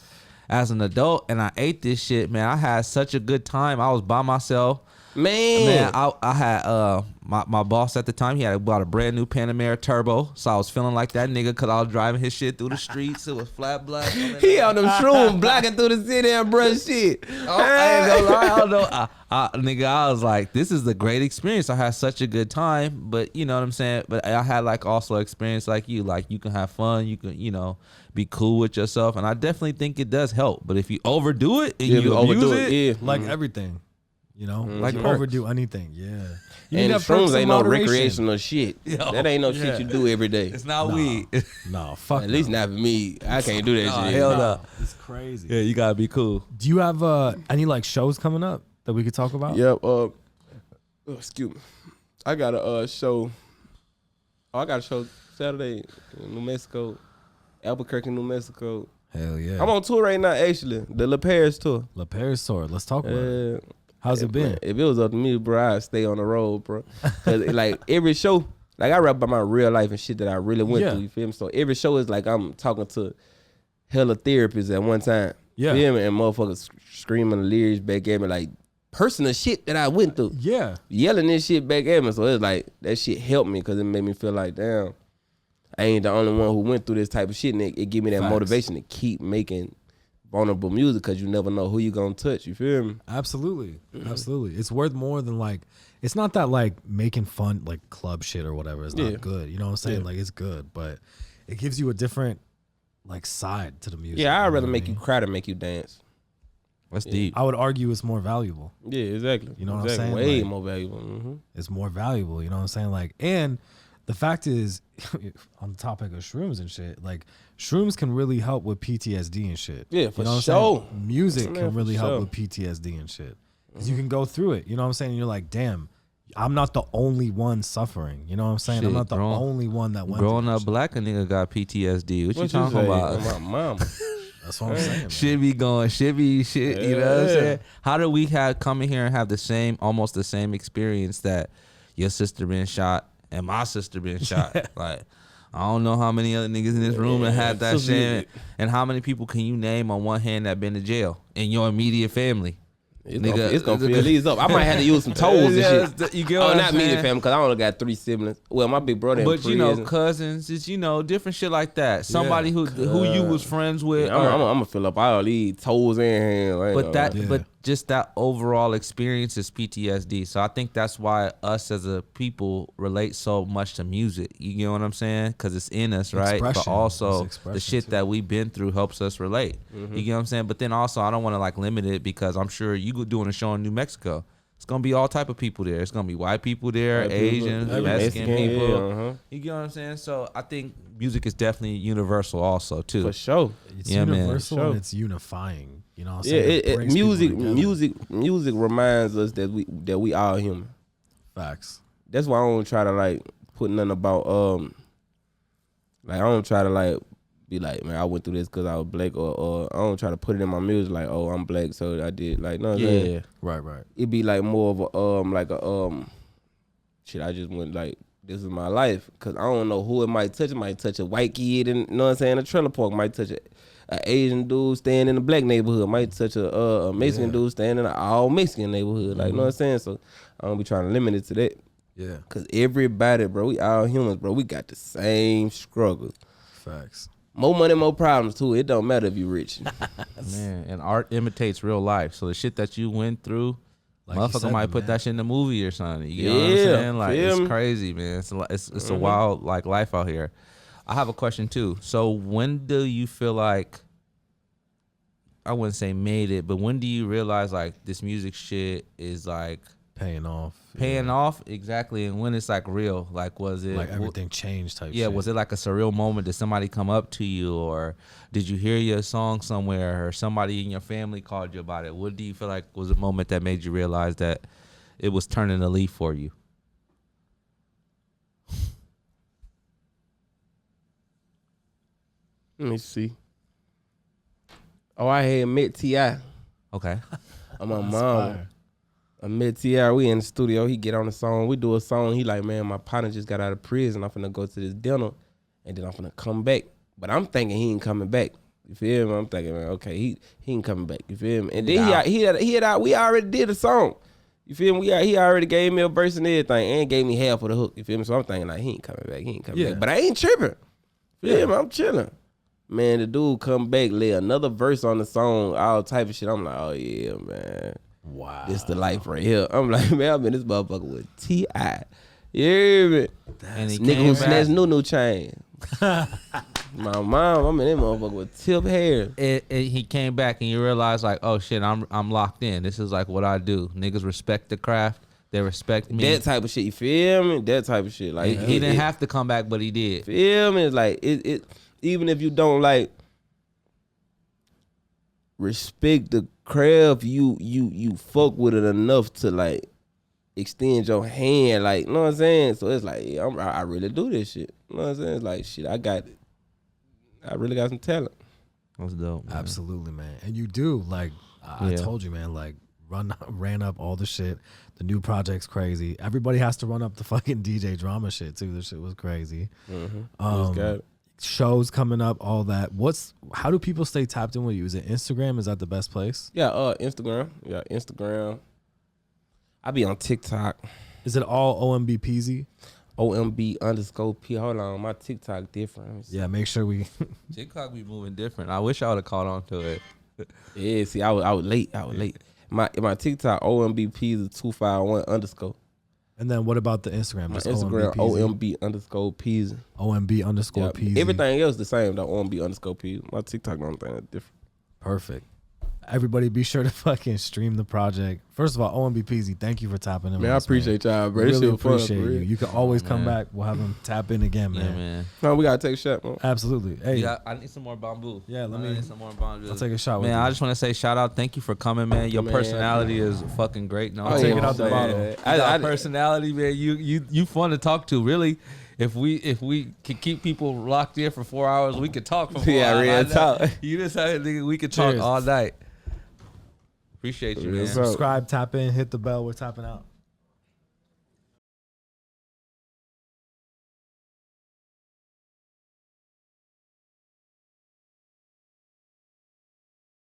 [SPEAKER 5] as an adult and I ate this shit, man, I had such a good time. I was by myself.
[SPEAKER 4] Man,
[SPEAKER 5] Man, I, I had uh my, my boss at the time. He had bought a brand new Panamera Turbo, so I was feeling like that nigga because I was driving his shit through the streets. It was flat black. coming
[SPEAKER 4] he on them shroom blocking through the city and bruh shit.
[SPEAKER 5] Oh, I ain't gonna lie, I don't know. I, I, nigga, I was like, this is a great experience. I had such a good time, but you know what I'm saying. But I had like also experience like you, like you can have fun, you can you know be cool with yourself, and I definitely think it does help. But if you overdo it and
[SPEAKER 4] Yeah,
[SPEAKER 5] you,
[SPEAKER 4] we
[SPEAKER 5] overdo it,
[SPEAKER 4] yeah.
[SPEAKER 3] Like everything, you know, like
[SPEAKER 5] Like perks.
[SPEAKER 3] overdo anything. Yeah. You
[SPEAKER 4] Mm-hmm. And
[SPEAKER 3] need that perks
[SPEAKER 4] shrooms
[SPEAKER 3] in
[SPEAKER 4] ain't no
[SPEAKER 3] moderation.
[SPEAKER 4] recreational shit. that ain't no shit you do every day.
[SPEAKER 5] it's not weed.
[SPEAKER 3] No, fuck.
[SPEAKER 4] At least not for me. I can't do that
[SPEAKER 5] Nah,
[SPEAKER 4] shit.
[SPEAKER 5] hell no.
[SPEAKER 3] It's crazy.
[SPEAKER 5] yeah, you gotta be cool.
[SPEAKER 3] Do you have uh, any like shows coming up that we could talk about?
[SPEAKER 4] Yep. Uh, oh, excuse me. I got a uh, show. Oh, I got a show Saturday in New Mexico, Albuquerque, New Mexico.
[SPEAKER 3] Hell yeah.
[SPEAKER 4] I'm on tour right now, actually, the La Paris tour.
[SPEAKER 3] La Paris tour. Let's talk about it.
[SPEAKER 4] Uh,
[SPEAKER 3] How's it been?
[SPEAKER 4] if it was up to me, bro, I'd stay on the road, bro. Cause like every show, like I rap about my real life and shit that I really went
[SPEAKER 3] Yeah.
[SPEAKER 4] through. You feel me? So every show is like I'm talking to hella therapists at one time.
[SPEAKER 3] Yeah.
[SPEAKER 4] Feel me? And motherfuckers screaming the lyrics back at me like personal shit that I went through
[SPEAKER 3] Yeah.
[SPEAKER 4] yelling this shit back at me. So it's like that shit helped me because it made me feel like damn, I ain't the only one who went through this type of shit, and it, it give me that
[SPEAKER 3] Facts.
[SPEAKER 4] motivation to keep making vulnerable music because you never know who you gonna touch. You feel me?
[SPEAKER 3] Absolutely.
[SPEAKER 4] Mm-hmm.
[SPEAKER 3] Absolutely. It's worth more than like it's not that like making fun like club shit or whatever is not
[SPEAKER 4] Yeah.
[SPEAKER 3] good. You know what I'm saying? Like it's good, but it gives you a different like side to the music.
[SPEAKER 4] Yeah,
[SPEAKER 3] you
[SPEAKER 4] I'd
[SPEAKER 3] know
[SPEAKER 4] rather
[SPEAKER 3] what I
[SPEAKER 4] make
[SPEAKER 3] mean?
[SPEAKER 4] you cry than make you dance.
[SPEAKER 5] That's deep.
[SPEAKER 3] I would argue it's more valuable.
[SPEAKER 4] Yeah, exactly.
[SPEAKER 3] You know what I'm
[SPEAKER 4] Exactly.
[SPEAKER 3] saying?
[SPEAKER 4] Way
[SPEAKER 3] Like-
[SPEAKER 4] more valuable. hmm
[SPEAKER 3] It's more valuable, you know what I'm saying? Like and the fact is on the topic of shrooms and shit, like shrooms can really help with PTSD and shit.
[SPEAKER 4] Yeah, for
[SPEAKER 3] you know what I'm
[SPEAKER 4] sure.
[SPEAKER 3] saying? Music
[SPEAKER 4] Man,
[SPEAKER 3] can
[SPEAKER 4] for
[SPEAKER 3] really help
[SPEAKER 4] sure.
[SPEAKER 3] with PTSD and shit. 'Cause You can go through it, you know what I'm saying? And you're like, damn, I'm not the only one suffering. You know what I'm saying? I'm
[SPEAKER 5] Shit,
[SPEAKER 3] not the
[SPEAKER 5] growing-
[SPEAKER 3] only one that went
[SPEAKER 5] Growing
[SPEAKER 3] through
[SPEAKER 5] up
[SPEAKER 3] that
[SPEAKER 5] black, a nigga got PTSD. What, you talking
[SPEAKER 4] say?
[SPEAKER 5] about?
[SPEAKER 4] My mama.
[SPEAKER 3] shit. That's what I'm saying. man.
[SPEAKER 5] Shit be going, shit be shit. You know what I'm
[SPEAKER 4] Yeah.
[SPEAKER 5] saying? How do we have come in here and have the same, almost the same experience that your sister been shot and my sister been shot? Like, I don't know how many other niggas in this room that had that shit, and how many people can you name on one hand that been to jail in your immediate family?
[SPEAKER 4] It's
[SPEAKER 5] Nigga,
[SPEAKER 4] gonna, it's gonna
[SPEAKER 5] it's a-
[SPEAKER 4] fill these up. I might have to use some toes
[SPEAKER 5] Yeah,
[SPEAKER 4] and
[SPEAKER 5] it's
[SPEAKER 4] shit.
[SPEAKER 5] the- you get
[SPEAKER 4] oh,
[SPEAKER 5] what I'm
[SPEAKER 4] not me,
[SPEAKER 5] saying?
[SPEAKER 4] fam, because I only got three siblings. Well, my big brother. in
[SPEAKER 5] But you know,
[SPEAKER 4] prison.
[SPEAKER 5] cousins, it's you know, different shit like that. Somebody who who you was friends with,
[SPEAKER 4] I'm
[SPEAKER 5] or-
[SPEAKER 4] gonna fill up all these toes and hands. I ain't
[SPEAKER 5] but
[SPEAKER 4] gonna
[SPEAKER 5] that
[SPEAKER 4] lie.
[SPEAKER 3] Yeah.
[SPEAKER 5] but just that overall experience is PTSD. So I think that's why us as a people relate so much to music. You know what I'm saying? Because it's in us, right? but
[SPEAKER 3] Expression.
[SPEAKER 5] also
[SPEAKER 3] It's
[SPEAKER 5] the
[SPEAKER 3] expression,
[SPEAKER 5] shit
[SPEAKER 3] too.
[SPEAKER 5] that we've been through helps us relate.
[SPEAKER 4] Mm-hmm.
[SPEAKER 5] You get what I'm saying? But then also I don't want to like limit it because I'm sure you go doing a show in New Mexico. It's gonna be all type of people there. It's gonna be white people there, Asian,
[SPEAKER 4] everything.
[SPEAKER 5] Mexican
[SPEAKER 4] Mexican,
[SPEAKER 5] people.
[SPEAKER 4] yeah, uh-huh.
[SPEAKER 5] You get what I'm saying? So I think music is definitely universal also too.
[SPEAKER 4] For sure.
[SPEAKER 3] It's
[SPEAKER 5] Yeah, man.
[SPEAKER 3] universal
[SPEAKER 4] Sure.
[SPEAKER 3] and it's unifying. You know, what I'm
[SPEAKER 4] Yeah,
[SPEAKER 3] saying?
[SPEAKER 4] it, it,
[SPEAKER 3] brings people
[SPEAKER 4] music,
[SPEAKER 3] together.
[SPEAKER 4] music, music reminds us that we that we all human.
[SPEAKER 3] facts.
[SPEAKER 4] That's why I don't try to like put nothing about um, like I don't try to like be like, man, I went through this because I was black, or, or I don't try to put it in my music like, oh, I'm black, so I did like no,
[SPEAKER 5] Yeah.
[SPEAKER 3] Right, right.
[SPEAKER 4] it'd be like more of a um like a um shit I just went like this is my life because I don't know who it might touch. It might touch a white kid and you know what I'm saying a trailer park. Might touch a, a Asian dude staying in a black neighborhood. Might touch a, uh, a Mexican dude staying in an all Mexican neighborhood. Like you know what I'm saying. So I don't be trying to limit it to that
[SPEAKER 3] Yeah,
[SPEAKER 4] because everybody, bro, we all humans, bro. We got the same struggles.
[SPEAKER 3] facts.
[SPEAKER 4] More money, more problems too. It don't matter if you rich.
[SPEAKER 5] Man, and art imitates real life. So the shit that you went through,
[SPEAKER 3] Like you
[SPEAKER 5] motherfucker
[SPEAKER 3] said,
[SPEAKER 5] might put
[SPEAKER 3] man.
[SPEAKER 5] that shit in a movie or something. You know what I'm
[SPEAKER 4] Yeah,
[SPEAKER 5] saying? Like
[SPEAKER 4] feel me?
[SPEAKER 5] it's crazy, man. It's a, li- it's, it's a
[SPEAKER 3] Mm-hmm.
[SPEAKER 5] wild like life out here. I have a question too. So when do you feel like I wouldn't say made it, but when do you realize like this music shit is like
[SPEAKER 3] Paying off.
[SPEAKER 5] paying off exactly, and when it's like real? Like was it
[SPEAKER 3] Like
[SPEAKER 5] w-
[SPEAKER 3] everything changed type.
[SPEAKER 5] yeah,
[SPEAKER 3] shit.
[SPEAKER 5] was it like a surreal moment? Did somebody come up to you, or did you hear your song somewhere, or somebody in your family called you about it? What do you feel like was a moment that made you realize that it was turning a leaf for you?
[SPEAKER 4] Let me see. Oh, I had met Ti.
[SPEAKER 5] Okay,
[SPEAKER 4] on my mom. I met T.R. We in the studio. He get on the song. We do a song. He like, man, my partner just got out of prison. I'm finna go to this dinner, and then I'm finna come back. But I'm thinking he ain't coming back. You feel me? I'm thinking, man, okay, he he ain't coming back. You feel me? And then he
[SPEAKER 5] Nah.
[SPEAKER 4] out- he had, he had out. We already did a song. You feel me? We out- he already gave me a verse and everything, and gave me half of the hook. You feel me? So I'm thinking like, he ain't coming back. He ain't coming
[SPEAKER 3] Yeah.
[SPEAKER 4] back. But I ain't tripping. Yeah, man, I'm chilling. Man, the dude come back, lay another verse on the song, all type of shit. I'm like, oh yeah, man.
[SPEAKER 3] Wow.
[SPEAKER 4] This the life right here. I'm like, man, I'm in this motherfucker with Ti. Yeah, man.
[SPEAKER 5] and he
[SPEAKER 4] Nigga
[SPEAKER 5] came
[SPEAKER 4] who
[SPEAKER 5] back,
[SPEAKER 4] snatched new new chain. My mom, I'm in that motherfucker with tip hair.
[SPEAKER 5] it, it- he came back, and you realized like, oh shit, I'm I'm locked in. This is like what I do. Niggas respect the craft. They respect me.
[SPEAKER 4] That type of shit. You feel me? That type of shit. Like
[SPEAKER 5] he, he
[SPEAKER 4] it-
[SPEAKER 5] didn't
[SPEAKER 4] it-
[SPEAKER 5] have to come back, but he did.
[SPEAKER 4] Feel me? It's like it, it even if you don't like respect the craft, you you you fuck with it enough to like extend your hand, like you know what I'm saying? So it's like yeah, I'm, I I really do this shit. You know what I'm saying? It's like shit, I got it. I really got some talent.
[SPEAKER 5] That's dope.
[SPEAKER 3] Mm-hmm.
[SPEAKER 5] man.
[SPEAKER 3] Absolutely, man. And you do like I, I
[SPEAKER 5] Yeah.
[SPEAKER 3] told you, man. Like run ran up all the shit. The new project's crazy. Everybody has to run up the fucking DJ drama shit too. This shit was crazy. Um,
[SPEAKER 4] got it.
[SPEAKER 3] shows coming up, all that. What's how do people stay tapped in with you? Is it Instagram? Is that the best place?
[SPEAKER 4] Yeah, uh, Instagram. Yeah, Instagram. I be on TikTok.
[SPEAKER 3] Is it all OMB Peasy?
[SPEAKER 4] OMB underscore P. Hold on, my TikTok different. Let me see.
[SPEAKER 3] Yeah, make sure we.
[SPEAKER 5] TikTok be moving different. I wish I would have caught on to it.
[SPEAKER 4] Yeah, see, I was, I was late. I was late. My my TikTok OMBP is two five one underscore.
[SPEAKER 3] and then what about the Instagram?
[SPEAKER 4] My
[SPEAKER 3] Just
[SPEAKER 4] Instagram
[SPEAKER 3] OMB,
[SPEAKER 4] OMB underscore P's.
[SPEAKER 3] OMB underscore
[SPEAKER 4] Yeah,
[SPEAKER 3] Peasy.
[SPEAKER 4] Everything else the same though. OMB underscore P's. My TikTok the only thing that's different.
[SPEAKER 3] Perfect. Everybody, be sure to fucking stream the project. First of all, OMB Peasy, thank you for tapping in. with us,
[SPEAKER 4] y'all, bro.
[SPEAKER 3] Really appreciate you. You can always come
[SPEAKER 5] Oh, man.
[SPEAKER 3] back. We'll have him tap in again, man.
[SPEAKER 5] Yeah, man.
[SPEAKER 4] No, we gotta take a shot, man.
[SPEAKER 3] Absolutely. Hey,
[SPEAKER 5] Yeah, I need some more bamboo.
[SPEAKER 3] Yeah, let
[SPEAKER 5] I
[SPEAKER 3] me-
[SPEAKER 5] need some more bamboo.
[SPEAKER 3] I'll take a shot with
[SPEAKER 5] Man,
[SPEAKER 3] you.
[SPEAKER 5] I just want to say shout out. Thank you for coming, man. Your
[SPEAKER 4] Man.
[SPEAKER 5] personality is fucking great. No,
[SPEAKER 4] Oh,
[SPEAKER 3] take
[SPEAKER 4] yeah,
[SPEAKER 3] it out
[SPEAKER 4] man.
[SPEAKER 3] the bottle.
[SPEAKER 5] I,
[SPEAKER 4] I, I,
[SPEAKER 5] personality, man. You you you fun to talk to. Really, if we if we could keep people locked in for four hours, we could talk for four
[SPEAKER 4] Yeah,
[SPEAKER 5] hours.
[SPEAKER 4] real
[SPEAKER 5] I know.
[SPEAKER 4] talk.
[SPEAKER 5] You just have nigga, we could talk
[SPEAKER 3] Cheers.
[SPEAKER 5] all night. Appreciate you,
[SPEAKER 4] Real
[SPEAKER 5] man.
[SPEAKER 4] talk.
[SPEAKER 3] subscribe, tap in, hit the bell. We're tapping out.